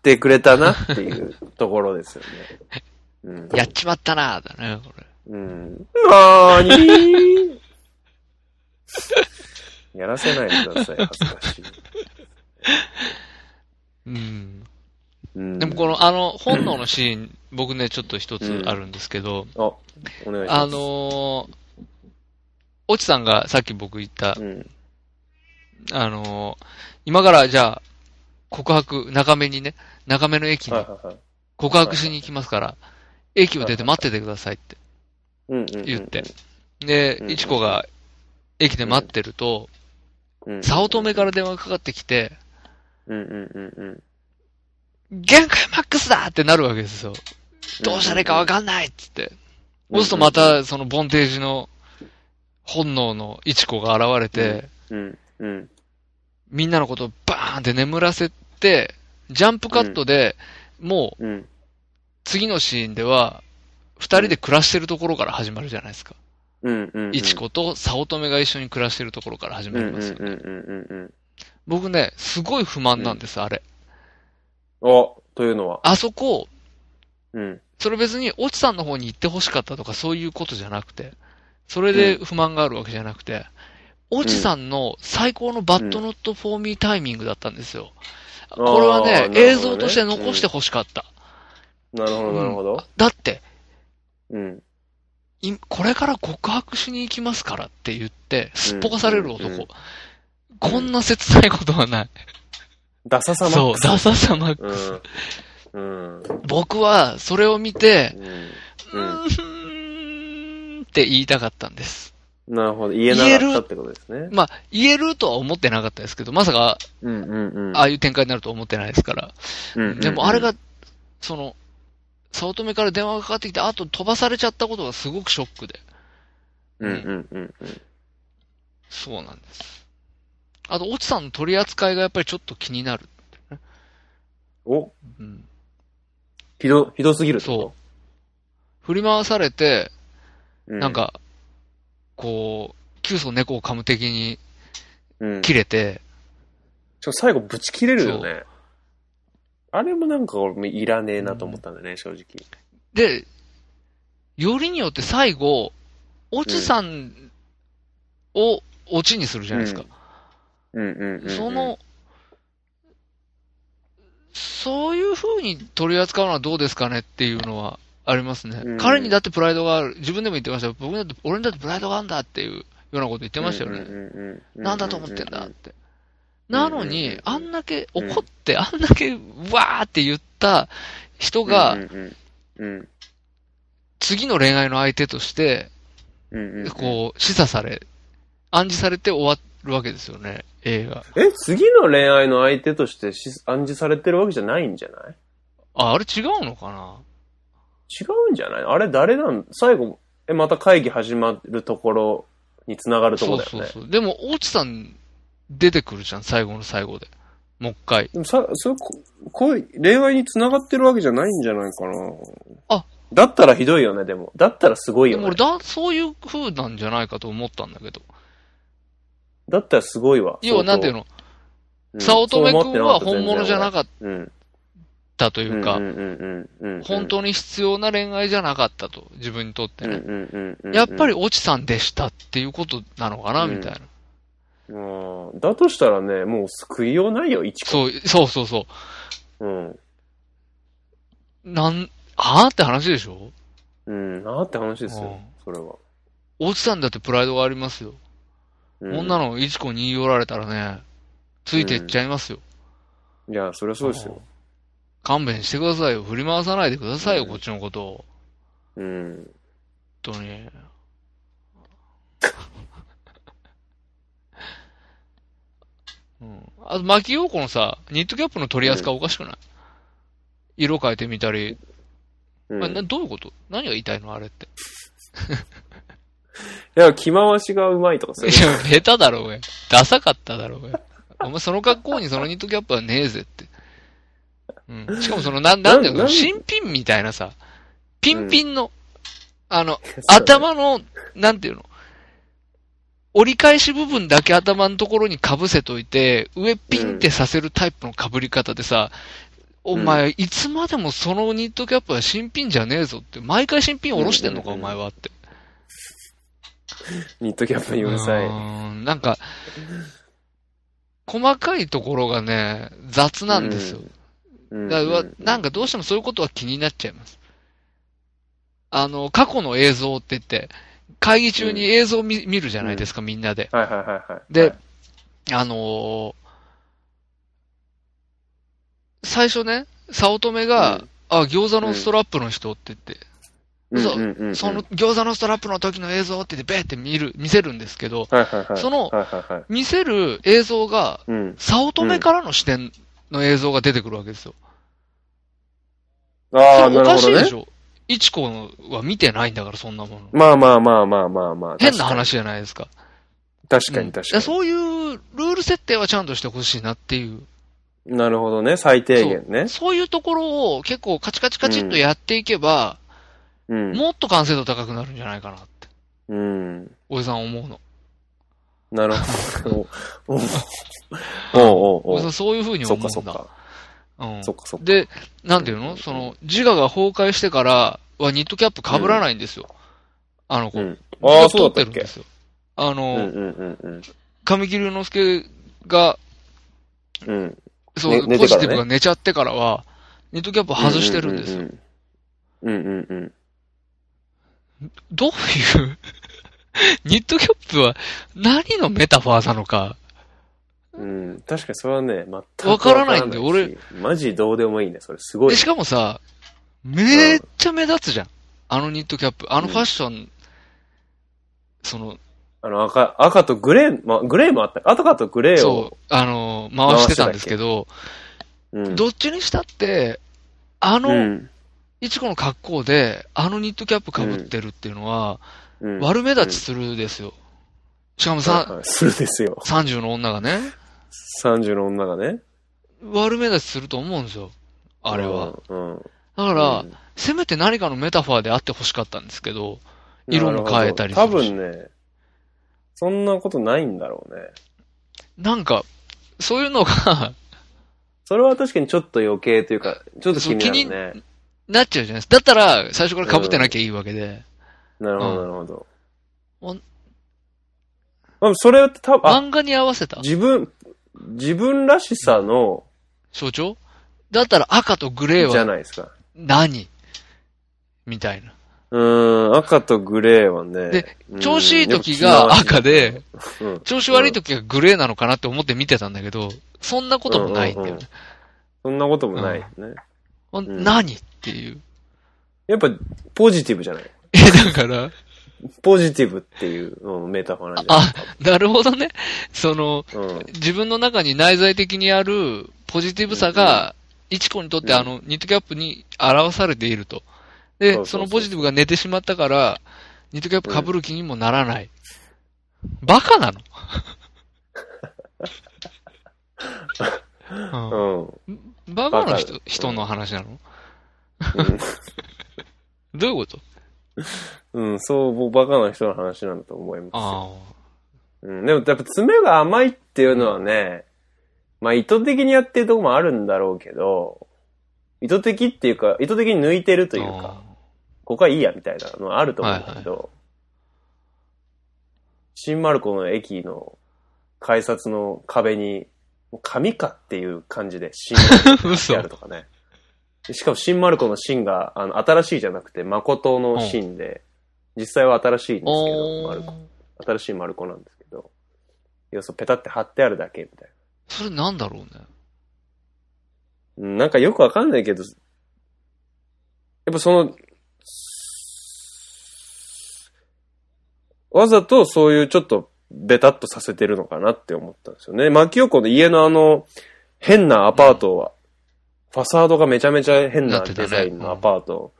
てくれたなっていうところですよね。 うん。
やっちまったなーだね、これ。
うん。なーに やらせないでください、恥ずかしい。
うん。
うん、
でもこの、あの、本能のシーン、僕ね、ちょっと一つあるんですけど、
あ、お願いします。
あ、のー、オチさんがさっき僕言った
う、ん。
あのー、今からじゃあ、告白、中目にね、中目の駅
はい
に
はいはい。
告白しに行きますから、駅を出て待っててくださいって
うんうんうんうん、
言って。
う
で
ん、
いちこが駅で待ってると、
うん、うん。
早乙女から電話がかかってきて、
うんうんうんうん。
限界マックスだってなるわけですよ。どうしたらいいかわ
ん
かんないっつって。
うん
そうするとまた、そのボンテージの本能のイチコが現れて、
うんうん。
みんなのことをバーンって眠らせて、ジャンプカットで、もう
うん。
次のシーンでは、二人で暮らしてるところから始まるじゃないですか。
うんうんうん。
イチコと早乙女が一緒に暮らしてるところから始
う
ま
んう
り
ん
ますよ
うんう
ね。
んうんうん。
僕ね、すごい不満なんです、あれ。
お、というのは。
あそこ、
うん。
それ別に、オチさんの方に行って欲しかったとかそういうことじゃなくて、それで不満があるわけじゃなくて、オチさんの最高のバッドノットフォーミータイミングだったんです
う
よ。
ん
これは
あーなる
ね
ほどね
映像として残して欲しかった。
なるほど、なるほど。
だって、
うん。
いこれから告白しに行きますからって言って、すっぽかされる
うんうんう
男
ん。
こんな切ないことはない。
ダサさマッ
そう、
クス。
ダサさマックス。
うん。うん。
僕は、それを見て、う
うん。
ーんって言いたかったんです。
うん。なるほど。言えなかったってことですね。
まあ、言えるとは思ってなかったですけど、まさか、
うんうんうん。
ああいう展開になると思ってないですから。
うんうんうん
でも、あれが、その、早乙女から電話がかかってきて、あと飛ばされちゃったことがすごくショックで。
うんうんうんうん。
そうなんです。あと、落ちさんの取り扱いがやっぱりちょっと気になる。
お、
うん。
ひど、ひどすぎるって
そ
こ
う。振り回されて、
と。う
なん、か、こう、急須猫を噛む的に
うん。
切れて、
ちょ、最後ぶち切れるよね。あれもなんか俺もいらねえなと思ったんだね、正直。
で、よりによって最後、オチさんをオチにするじゃないですか。
うんうんうんうん。
その、そういう風に取り扱うのはどうですかねっていうのはありますね。
うん
彼にだってプライドがある。自分でも言ってましたよ。僕にだって、俺にだってプライドがあるんだっていうようなこと言ってましたよね。
うんうんうんうん。
なんだと思ってん
う
だって。
んうんう
なんの
うんうんう
に
ん、
あんだけ怒って、あんだけ、わーって言った人
う
が
ん、うんうん。
次の恋愛の相手として、
うんうん。
こう、示唆され、暗示されて終わるわけですよね、映画。
え、次の恋愛の相手としてし暗示されてるわけじゃないんじゃない
あ、あれ違うのかな
違うんじゃないあれ誰なん最後、え、また会議始まるところに繋がるとこ
そ
ろ
う
だよね。
そうそう。でも、大内さん、出てくるじゃん、最後の最後で。もう一回。
でもさ、そう、ここういう恋愛に繋がってるわけじゃないんじゃないかな。
あ
だったらひどいよね、でも。だったらすごい
で
よ
も
ね
俺。だ、そういう風なんじゃないかと思ったんだけど。
だったらすごいわ。
要は、なんていう
の
の、早乙女くんは本物じゃな
く
かって
うん。
たというか
うん、うんうんうんうん。
本当に必要な恋愛じゃなかったと、自分にとって
うんう
ね。
んうんうん。
やっぱり、オチさんでしたっていうことなのかな、
うん
みたいな。
うん。だとしたらね、もう救いようないよ、一個。
そう、そうそうそ
うん。
う。なん、はぁって話でしょ
うん、なーって話です
うん
よ、それは。
オチさんだってプライドがありますよ。
うん
女の子いちこに言い寄られたらね、ついていっちゃいますよ。
いや、そりゃそうですよ。
勘弁してくださいよ。振り回さないでくださいよ、
うん
こっちのことを。
うん。
本当に。うん、あと、牧陽子のさ、ニットキャップの取り扱いおかしくない、色変えてみたり、
うん
あなどういうこと何が言いたいのあれって。
いや、着回しがうまいとか
い
そう
や、
いうこ
下手だろうが。ダサかっただろうが。お前、その格好にそのニットキャップはねえぜって。うん、しかも、 その、なん、なんていう
な
の
ん
新品みたいなさ、ピンピンの、あの、
と
頭の、なんていうの折り返し部分だけ頭のところに被せといて、上ピンってさせるタイプの被り方でさ、お前、いつまでもそのニットキャップは新品じゃねえぞって、毎回新品下ろしてんのか、
うん
お前はって。
ニットキャップにうるさい。
ー
うん
なんか、細かいところがね、雑なんですよ。
ん
だからなんかどうしてもそういうことは気になっちゃいます。あの、過去の映像って言って、会議中に映像を見,、見るじゃないですか、みんなで。
はいはいはいはい。
で
はい、
あのー最初ね、早乙女が、
うん
あ、餃子のストラップの人って言って、そう
うんうんうん
その、餃子のストラップの時の映像って言って、べーって見る、見せるんですけど、
はいはいはい。
その
はいはいはい。
見せる映像が、
うん。
早乙女からの視点の映像が出てくるわけですよ。
ああ、
それ
な
お
る
かし
ほ
い
ど
で
ね
し。ょいちこは見てないんだから、そんなもの。
まあまあまあまあまあまあ。
変な話じゃないですか。
確か
うん
に。確
い
か
や
に確か
そういうルール設定はちゃんとしてほしいなっていう。
に。なるほどね。最低限ね。
そういうところを結構カチカチカチっとやっていけば、
うん。
もっと完成度高くなるんじゃないかなって、
うん。
おじさん思うの。
なるほど。おおおうお
お
うお
じさ
うん
そういう風に
そ
思
っ
うんだ。
かそっか。
うん
そっかそっか。
で、なんていうのその、自我が崩壊してからはニットキャップ被らないんですよ。あの子。
うん。ああ、
ず
そう
と
だった
撮ってる
っ
ん
け
ですよ。あ
うん
の、
うんうんうん。
神木隆之介が、
うん。
そう、
ね寝てからね
ポジティブが寝ちゃってからは、ニットキャップ外してるんですよ。
よ。うんうんうん。
どう いう、ニットキャップは何のメタファーなのか、
うん、確かにそれはね、全く
わからないんだよ
わからないし、マジどうでもいいね、それ。すごい
で、。しかもさ、めっちゃ目立つじゃん。あのニットキャップ、あのファッション、その、
あの、赤、赤とグレー、まあ、グレーもあった。赤とグレー
そ
を、
う、あの、回してたんですけど、
うん。
どっちにしたって、あ
う
の、
ん。
いちこの格好で、あのニットキャップ被ってるっていうのは、
うん。
悪目立ちするですよ。しかも
はい
さ、
はいするですよ。
30の女がね、
30の女がね。
悪目立ちすると思うんですよ。あれは。
うん。うん。
だ
だ
から、、せめて何かのメタファーであってほしかったんですけど、色も変えたりす
な
る
る
し
ほど多分ね、そんなことないんだろうね。
なんか、そういうのが
それは確かにちょっと余計というか、ちょっと気になるね。
なっちゃうじゃないですか。だったら、最初から被ってなきゃいいわけで。
なるほ
うん
ど、なるほど。
おん
まあ、それって多分、あ、
漫画に合わせた
自分、自分らしさの、
象徴だったら赤とグレー
じゃ
は
ないですか。
何みたいな。
うーん、赤とグレーはね。
で
うん
調子いい時が赤、で、
うん
調子悪い時がグレーなのかなって思って見てたんだけど、そんなこともないんだよね。
そんなこともないよね。
ほん
うん
何っていう。
やっぱ、ポジティブじゃない
え、だから、
ポジティブっていう、うん、メタファーなんじゃない
あ、なるほどね。その、
うん。
自分の中に内在的にあるポジティブさが、いちこにとって
うん
あの、ニットキャップに表されていると。で、そ
そうそうそう
のポジティブが寝てしまったから、ニットキャップ被る気にもならない。バカなの、
うん。
うんバカな
バ
人
カ
人の話なの
うん
どういうこと
うん、そう、僕バカな人の話なんだと思いますよ。
あ
うん、でも、やっぱ爪が甘いっていうのはね、まあ意図的にやってるとこもあるんだろうけど、意図的っていうか、意図的に抜いてる
あ。
というか、ここはいいやみたいなのはあると思うんだけど、新丸子の駅の改札の壁に、もう紙かっていう感じで、 新丸子ってあるとかね。しかも新丸子の新が、あの、新しいじゃなくて、誠の新で、実際は新しいんですけど、
お
丸子
ー。
新しい丸子なんですけど、要するにペタって貼ってあるだけみたい
それなんだろうね。
な。うんなんかよくわかんないけど、やっぱその、わざとそういうちょっとベタっとさせてるのかなって思ったんですよね。牧陽子の家のあの、変なアパートは、ファサードがめちゃめちゃ変な
なって
デ
たね
ザインのアパート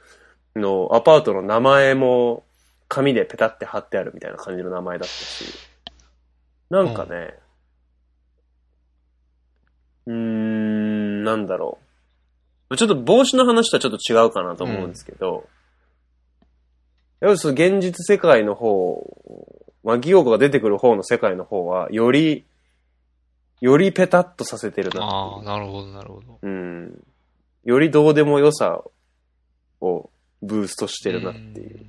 の、アパートの名前も紙でペタって貼ってあるみたいな感じの名前だったし、なんかね、うーん、なんだろう。ちょっと帽子の話とはちょっと違うかなと思うんですけど、やっぱりその現実世界の方、牧陽子が出てくる方の世界の方は、より、よりペタッとさせてるなっていう
ああ、なるほど、なるほど。
うん。よりどうでも良さをブーストしてるなっていう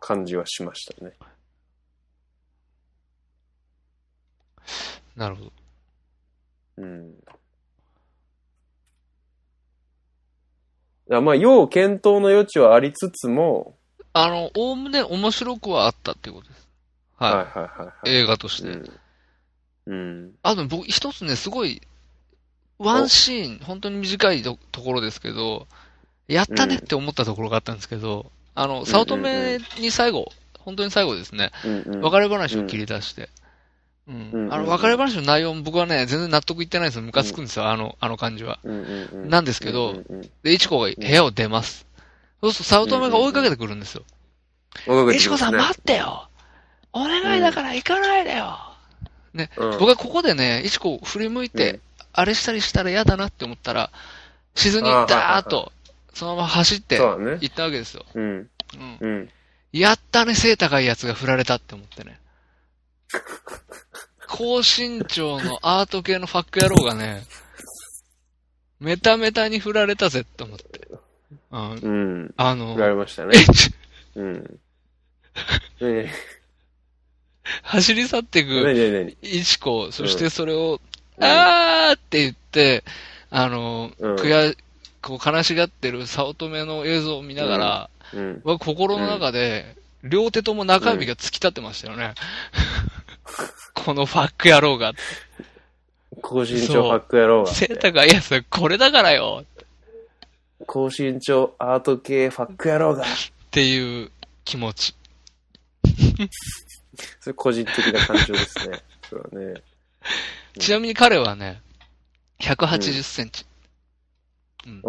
感じはしましたね。
なるほど。
うん。あまあ、要検討の余地はありつつも、
あの、おおむね面白くはあったっていうことです。
はい
は
はいはい
い。
はい。
映画として。
うん。うん。
あ、でも僕、一つね、すごい、ワンシーン、本当に短いとところですけど、やったねって思ったところがあったんですけど、あの、早乙女に最後、本当に最後ですね、
うんうん。
別れ話を切り出して、
う
う
ん
ん
う。ん
あの、別れ話の内容も僕はね、全然納得いってないんですよ。ムカつくんですよ、あの、あの感じは。
うんうんうん、
なんですけど
うんうんうん、
で、いちこが部屋を出ます。そうすると、早乙女が追いかけてくるんですよ。いちこさん待ってよお願いだから行かないでよ、
うん、
僕はここでね、いちこを振り向いて、
うん
あれしたりしたら嫌だなって思ったら、沈に
あー
ダーッ
はい
と、そのまま走って、
そう
行
だね。
ったわけですよ。
うん。
うん。
うん。
やったね、背高いやつが振られたって思っ てね。高身長のアート系のファック野郎がね、メタメタに振られたぜって思って。うん。
うん。振ら
あの、
れましたね
え。ち
うん。ね
走り去ってく
え、ねえねえね
いちこ、そし
う
てそれを、
え。
あーって言って、あの、
うん
悔や、こう悲しがってる早乙女の映像を見ながら、
うん。
僕心の中で、両手とも 中指が突き立ってましたよね。このファック野郎が。
高身長ハック野郎が。
背高いやつ、これだからよ
高身長アート系ファック野郎が。
っていう気持ち。
それ個人的な感情ですね。それはね。
ちなみに彼はね、180センチ。うん。
あ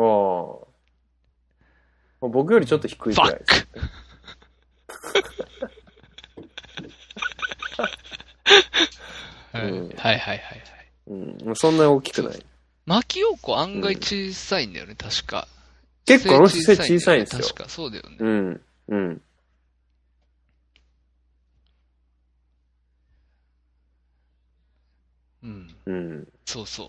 あ。僕よりちょっと低い
フ
くら
ァ
い
ッ
です。
ク はい
うん
はいはいはいはい。
うん。もうそんなに大きくない。
牧陽子案外小さいんだよね、確か。
結構あの姿勢小さいんですよ
確か、そうだよね。
うん。うん。
うん。
うん。
そうそう。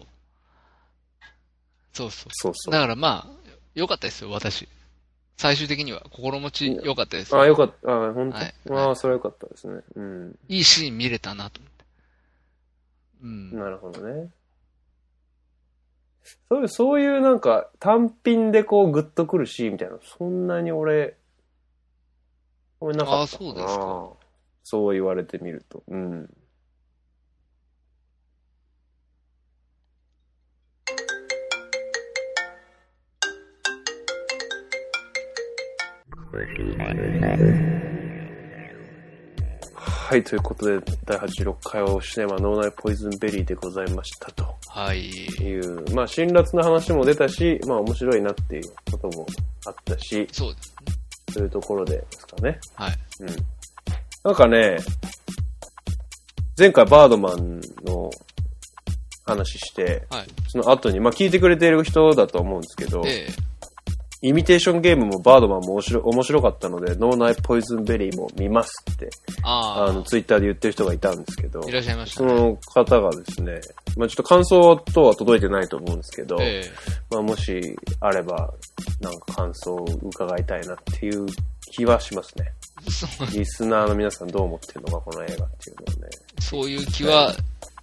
そうそう。
そうそ
だ
う。
からまあ、良かったですよ、私。最終的には心持ち良かったです。
あ、よかった。あ、本
はい
当。ああ、それはよかったですね。うん。
いいシーン見れたなと思って。うん。
なるほどね。そういう、そういうなんか単品でこうグッとくるシーンみたいな、そんなに俺、俺なかったな
あーそうですか。
そう言われてみると。うん。はい、ということで、第86回をシネマ脳内ポイズンベリーでございましたと。
はい。
いう、まあ、辛辣な話も出たし、まあ、面白いなっていうこともあったし、
そうですね。
というところでですかね。
はい。
うん。なんかね、前回バードマンの話して、
はい。
その後に、まあ、聞いてくれてる人だと思うんですけど、
で、
イミテーションゲームもバードマンも面白面白かったので、脳内ポイズンベリーも見ますって、あ
あ
の、ツイッターで言ってる人がいたんですけど
あ、い、らっしゃいました
そ
ね。
の方がですね、まあ、ちょっと感想とは届いてないと思うんですけど、
え
まあ、もしあれば、なんか感想を伺いたいなっていう気はしますね。
えそ
リスナーの皆さんどう思ってるのか、この映画っていうのはね、
そういう気は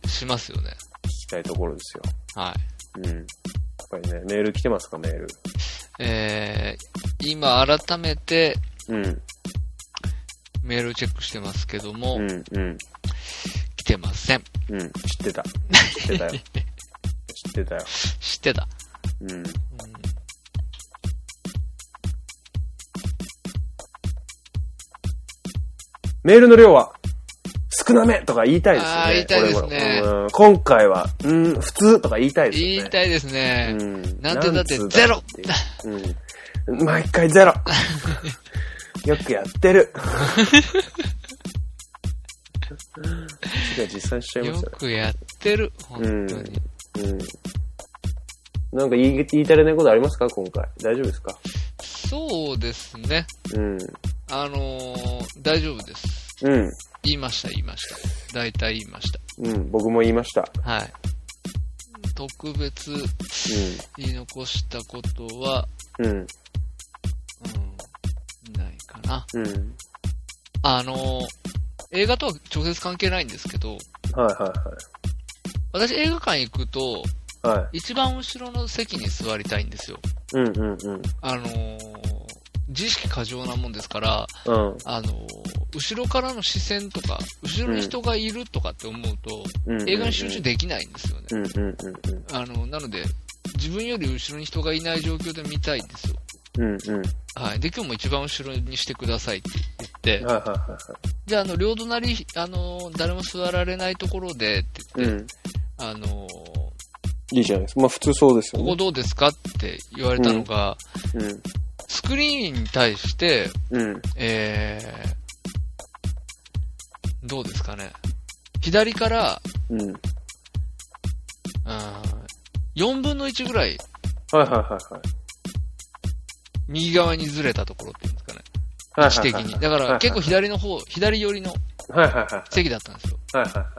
しますよね。
聞きたいところですよ。
はい。
うん。やっぱりね、メール来てますか、メール。
えー、今改めて
うん、
メールをチェックしてますけども、
うん、うん、
来てません。
うん。知ってた。知ってたよ。知ってたよ。
知ってた。
うん。
うん
メールの量は少なめとか言いたいですよね。
あー言いたいですね
俺もうん今回は、うん、普通とか言いたいですよね。
言いたいですね。
うん
なんてだって
なんつ
ゼロ
うだっていううん。毎回 ゼロよくやってる実は実際しちゃいま
よ
したね。
くやってる。本当に。
うん。なんか言い言い足りないことありますか今回。大丈夫ですか
そうですね。
うん。
あのー大丈夫です。
うん。
言いました、言いました。大体言いました。
うん。僕も言いました。
はい。特別言い残したことは、
うん。うん。
うん、ないかな。
うん。
あのー映画とは直接関係ないんですけど、
はいは
私映画館行くと、
いはい。はい。
一番後ろの席に座りたいんですよ。
うんうんうん。
あのー自意識過剰なもんですから、
うん。
あの、後ろからの視線とか、後ろに人がいるとかって思うと、
うんうん
映画に集中できないんですよね。
うんうんうんうん。
あの、なので、自分より後ろに人がいない状況で見たいんですよ。
うんうん。
はい。で、今日も一番後ろにしてくださいって言って、
はいはいは
じゃあ、あの、両隣、あの、誰も座られないところでって
いはい。
言
う
って、
ん。
あの、こ
いいじゃないですか。まあ普通そうですよ
こ
ね。
どうですかって言われたのが、
うん。
スクリーンに対して、
うん。
えー、どうですかね。左から、
うん。
4分の1ぐらい
はいはいはいはい。
右側にずれたところっていうんですかね。
はいはいはい
位置的に。だから結構左の方、左寄りの
はいはいは
席だったんですよ。
い。はいはいは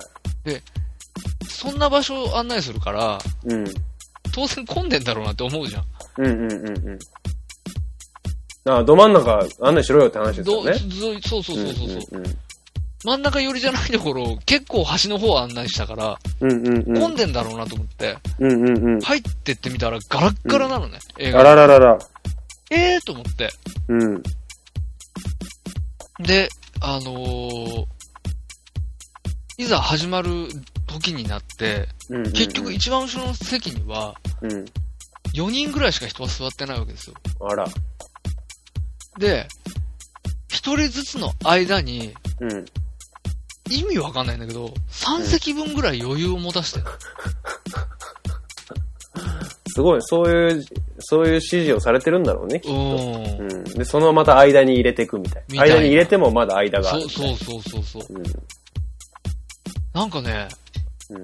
そんな場所を案内するから、
い。うん。
当然混んでんだろうなって思うじゃん。
うんうんうんうん。ああ、ど真ん中案内しろよって話です
ど
よ
う
ね。
ずそうそうそうそうそう。
うん
真ん中寄りじゃないところを結構端の方を案内したから、
うんうんうん
混んでんだろうなと思って、
うんうんうん。
入ってってみたらガラッガラなのね、映
あ
画。
らららら。
えーと思って。
うん。
で、あのーいざ始まる時になって、
うんうんうん
結局、一番後ろの席には
うん。
4人ぐらいしか人は座ってないわけですよ。
あら。
で、1人ずつの間に
うん。
意味わかんないんだけど、3席分ぐらい余裕を持たしてる。
すごい、そういう、そういう指示をされてるんだろうね、きっ
う。
と。うんん。で、そのまた間に入れていくみたい
み
な。
たいな
間に入れてもまだ間があ
そ
る
うそうそうそうそう。
うん。
なんかね、
うん。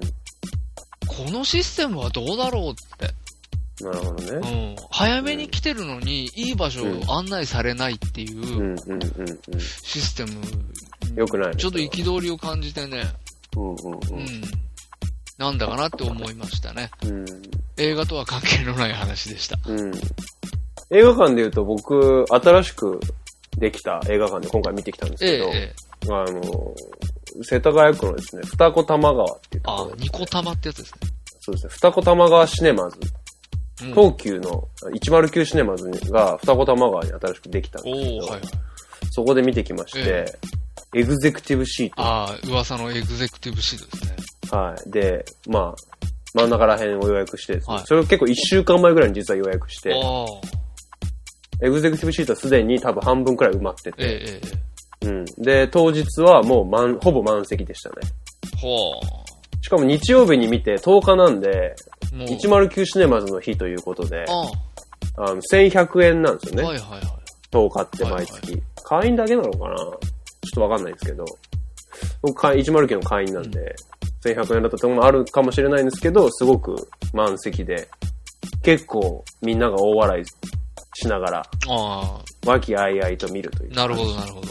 このシステムはどうだろうって。
なるほど
う
ね。
ん。早めに来てるのに、いい場所
うん
を案内されないっていううん
うんうんう
システム、
ん。よくないね。
ちょっと憤りを感じてね、
うんうん
うん。なんだかなって思いましたね。
うん。
映画とは関係のない話でした。
うん。うん。映画館で言うと僕、新しくできた映画館で今回見てきたんです
え
け
え
ど、、
ええ。
あの、世田谷区のですね、二子玉川っていうとこ
あ
ろ、で
ニコ玉ってやつですね。
そうですね、二子玉川シネマズ、
うん、お
東急の109シネマズが二子玉川に新しくできたんですけど、
おーはいはい。
そこで見てきまして、エグゼクティブシート
ああ、噂のエグゼクティブシートですね。
はい。で、まあ、真ん中ら辺を予約してですね、
はい
それを結構1週間前ぐらいに実は予約して、
ああ、
エグゼクティブシートはすでに多分半分くらい埋まって
ええ
て、
えええ
うん。で、当日はもう満、ほぼ満席でしたね。
え。ほ
しかも日曜日に見て10日なんで、
う。もう。
109シネマズの日ということで、
ああ、
あの1100円なんですよ
は
ね。
いはいはい。
10日って毎月。会員だけなのかなちょっとわかんないですけど、僕会員109の会員なんで、1100円だったところもあるかもしれないんですけど、すごく満席で、結構みんなが大笑いしながら、
あ
和気あいあいと見るとい
あ、
う
なるほどなるほど。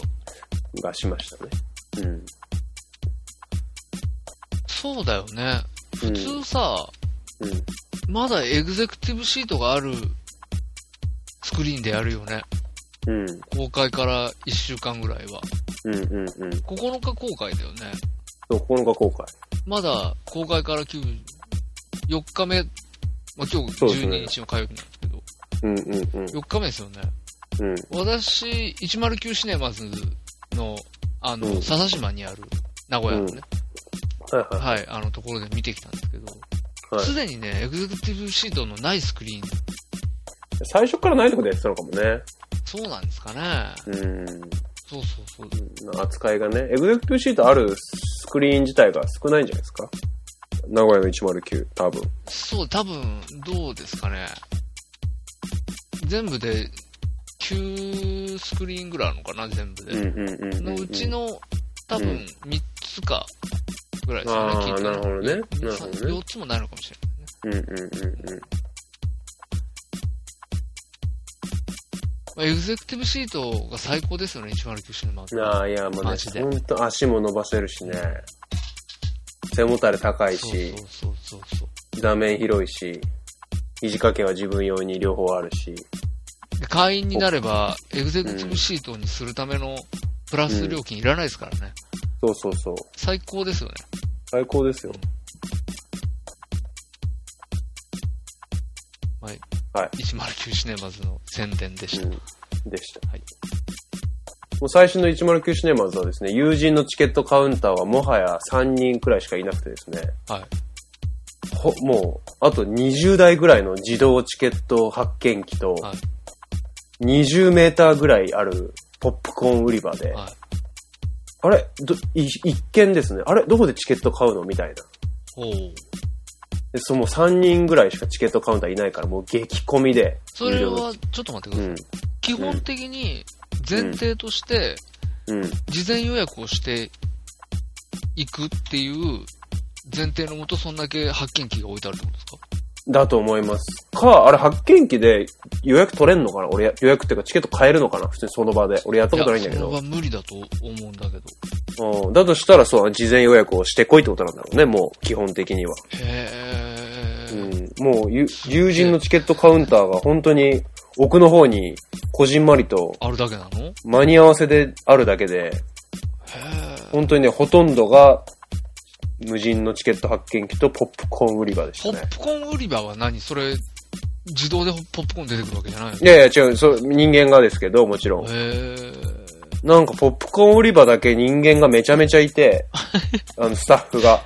がしましたね。うん。
そうだよね。
普
普通さ、
うん。うん
まだエグゼクティブシートがあるスクリーンでやるよね。
うん、
公開から1週間ぐらいは。
うん、うん、うん。
9日公開だよね。
そう、このが後悔。
まだ公開から9、4日目、まあ、今日
そうですね
12日の火曜日なんですけど、
うん、うん、うん。
4日目ですよね。
うん、
私、109シネマズの、あの、
うん
笹島にある、名古屋のね、
はいは
はい、あのところで見てきたんですけど、
い。はい
す、でにね、エグゼクティブシートのないスクリーン、
最初からないとこでやってたのかもね。
そうなんですかね。
うん。
そうそうそう。
扱いがね、エグゼクティブシートあるスクリーン自体が少ないんじゃないですか名古屋の109、多分。
そう、多分、どうですかね。全部で、9スクリーンぐらいあるのかな、全部で。
んうん
のうち。の、多
う
分
ん、
3つか、ぐらいですよね、
あー
きっと
なるほどねなるほどね
4つもないのかもしれないね。
うんうんうんうん。
まあエグゼクティブシートが最高ですよね、109シネマズ。
ああ、いや、もうね
マジ、で
ほんと足も伸ばせるしね。背もたれ高いし、
そうそうそうそう
座面広いし、肘掛けは自分用に両方あるし。
そう。で会員になれば、エグゼクティブシートにするためのプラス料金いらないですからね。
そうそうそう。
最高ですよね。
最高ですよ。
はい。
はい
109シネマズの宣伝でした。
うん、でした。
はい
もう最新の109シネマズはですね、友人のチケットカウンターはもはや3人くらいしかいなくてですね、
はい。
ほもう、あと20台ぐらいの自動チケット発見機と、
はい
20メーターぐらいあるポップコーン売り場で、
はい。
あれどい一見ですね、あれどこでチケット買うのみたいな。
ほう。
で、その3人ぐらいしかチケットカウンターいないから、もう激混みで。
それ
無料
は、ちょっと待ってください。
うん。
基本的に、前提として、
うん。
事前予約をしていくっていう前提のもと、そんだけ発見機が置いてあるってことですか
だと思います。か、あれ発見機で予約取れんのかな俺や予約っていうかチケット買えるのかな普通にその場で。俺やったことないんだけ
いや
ど。
それは無理だと思うんだけど。
うん。だとしたらそう、事前予約をしてこいってことなんだろうね、もう、基本的には。
へ
う
ー。
ん。もう、ゆ友人のチケットカウンターが本当に奥の方に、こじんまりと、
あるだけなのへ
間に合わせであるだけで、
ー。
本当にね、ほとんどが、無人のチケット発見機とポップコーン売り場でし
ポ
たね
ッ。プコーン売り場は何それ、自動でポップコーン出てくるわけじゃないの
いやいや、違う、そう、人間がですけど、もちろん。
へー。
なんかポップコーン売り場だけ人間がめちゃめちゃいて、あの、スタッフが。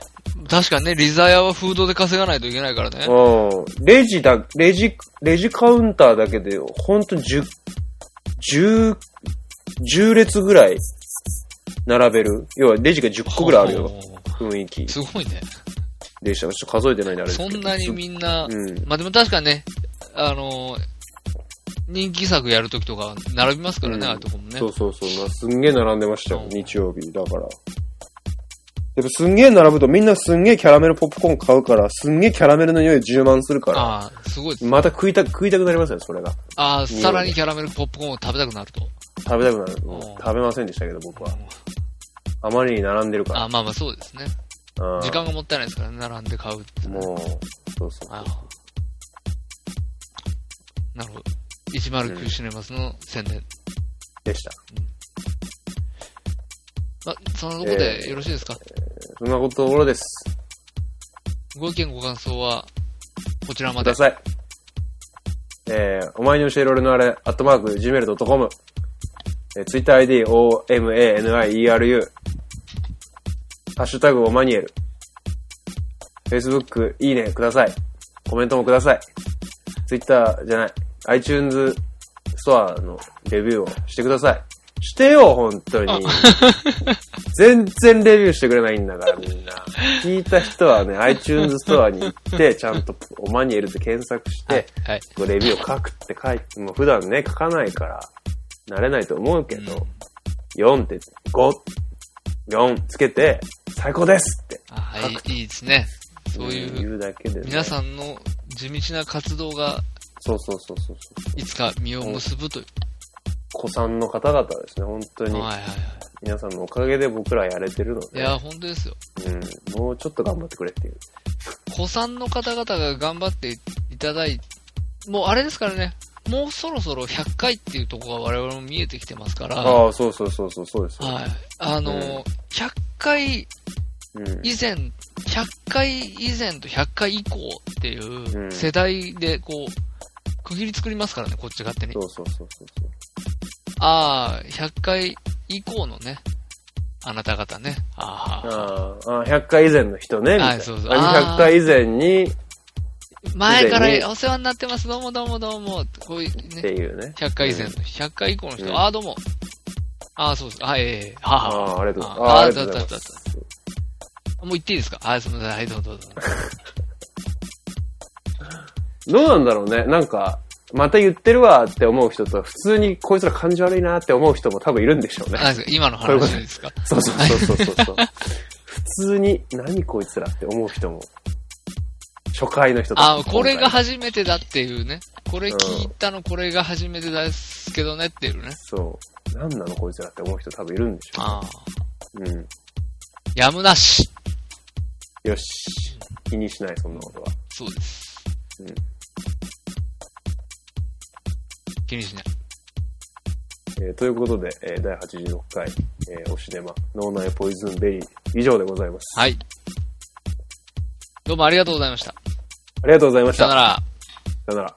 確かにね、リザヤはフードで稼がないといけないからね。
うん。レジだ、レジ、レジカウンターだけで、ほんと10、10、10列ぐらい並べる。要はレジが10個ぐらいあるよ。雰囲気
おー。すごいね。
でした。ちょっと数えてないんであれです
そ
けど
んなにみんな、
うん。
まあでも確かにね、あのー人気作やるときとか並びますから
うん
ね、ああいうとこもね。
そうそうそう。すんげえ並んでましたよ
う。ん
日曜日。だから。やっぱすんげえ並ぶとみんなすんげえキャラメルポップコーン買うから、すんげえキャラメルの匂い充満するから、
ああ、すごい。
また食いた、食いたくなりますよね、それが。
ああ、さらにキャラメルポップコーンを食べたくなると。
食べたくなる。
うん
食べませんでしたけど、僕は。あまりに並んでるか
ああ、
ら。
まあまあそうですね。
うん
時間がもったいないですからね、並んで買うってね。
もう、そうそう。
ああなるほど。109シネマスの宣伝。
でした。
まあ、そのとこでよろしいですか、
そんなこところです。
ご意見ご感想は、こちらま
く
で
だ。さい。えー、お前に教える俺のあれ、アットマーク、gmail.com。えー、TwitterID、OMANIERU。ハッシュタグ、オマニエル。Facebook、いいね、ください。コメントもください。Twitter じゃない。iTunes ストアのレビューをしてください。してよ、本当 に。全然レビューしてくれないんだから、みんな。聞いた人はね、iTunes ストアに行って、ちゃんとオマニエルって検索して、
はい。
こうレビューを書くって書いて、もう普段ね、書かないから、慣れないと思うけど、
うん
4って5、4つけて、最高ですって。
あはい、いいですね。そういう、
言うだけで、ね。
皆さんの地道な活動が、
そうそうそうそうそう。
いつか実を結ぶという。
子さんの方々ですね、本当に。
はいはいは
皆さんのおかげで僕らやれてるの
い。い
で、
や、本当ですよ。
うん、もうちょっと頑張ってくれっていう。
子さんの方々が頑張っていただいもうあれですからね、もうそろそろ100回っていうところが我々も見えてきてますから、はい。
ああ、そうそうそうそう、そうですよ。
あの、
うん
100回
うん。
以前、100回以前と100回以降っていううん世代でこう、区切り作りますからね、こっち勝手に
そ。うそうそうそうそう。
ああ、100回以降のね、あなた方ね。ああ。
あーあー、100回以前の人ね、みたいな。
はいそうそう
あの100回以前にっ
前か
以前に
らお世話になってます。どうもどうもどうも。こういう
て
ね、
いうね。
100回以前の、100回以降の人。
うん
ああ、どうも。ああ、そうです。ああ、ええは
あ
は。
あー、ありがとうございます。
あ
あー
あ
あ
あ
りがとうございま
だだ
す。
もう言っていいですかああ、すみません。はい、どうぞどうぞ。
どうなんだろうね。なんか、また言ってるわって思う人と、普通にこいつら感じ悪いなって思う人も多分いるんでしょうね。
あですか今の
こういうこ
話
と
ですか
そうそうそうそうそう。普通に、何こいつらって思う人も。初回の人とか
ああ、これが初めてだっていうね。これ聞いたのこれが初めてですけどねっていうね。
そう。何なのこいつらって思う人多分いるんでしょ
ああ。
う。うん。
やむなし。
よし。気にしない、そんなことは。
そうです。
うん
気にしない。
えーということで、えー第86回、えー、おシネマ、脳内ポイズンベリー、以上でございます。
はい。どうもありがとうございました。
ありがとうございまし
さ
た。
よなら。
さよなら。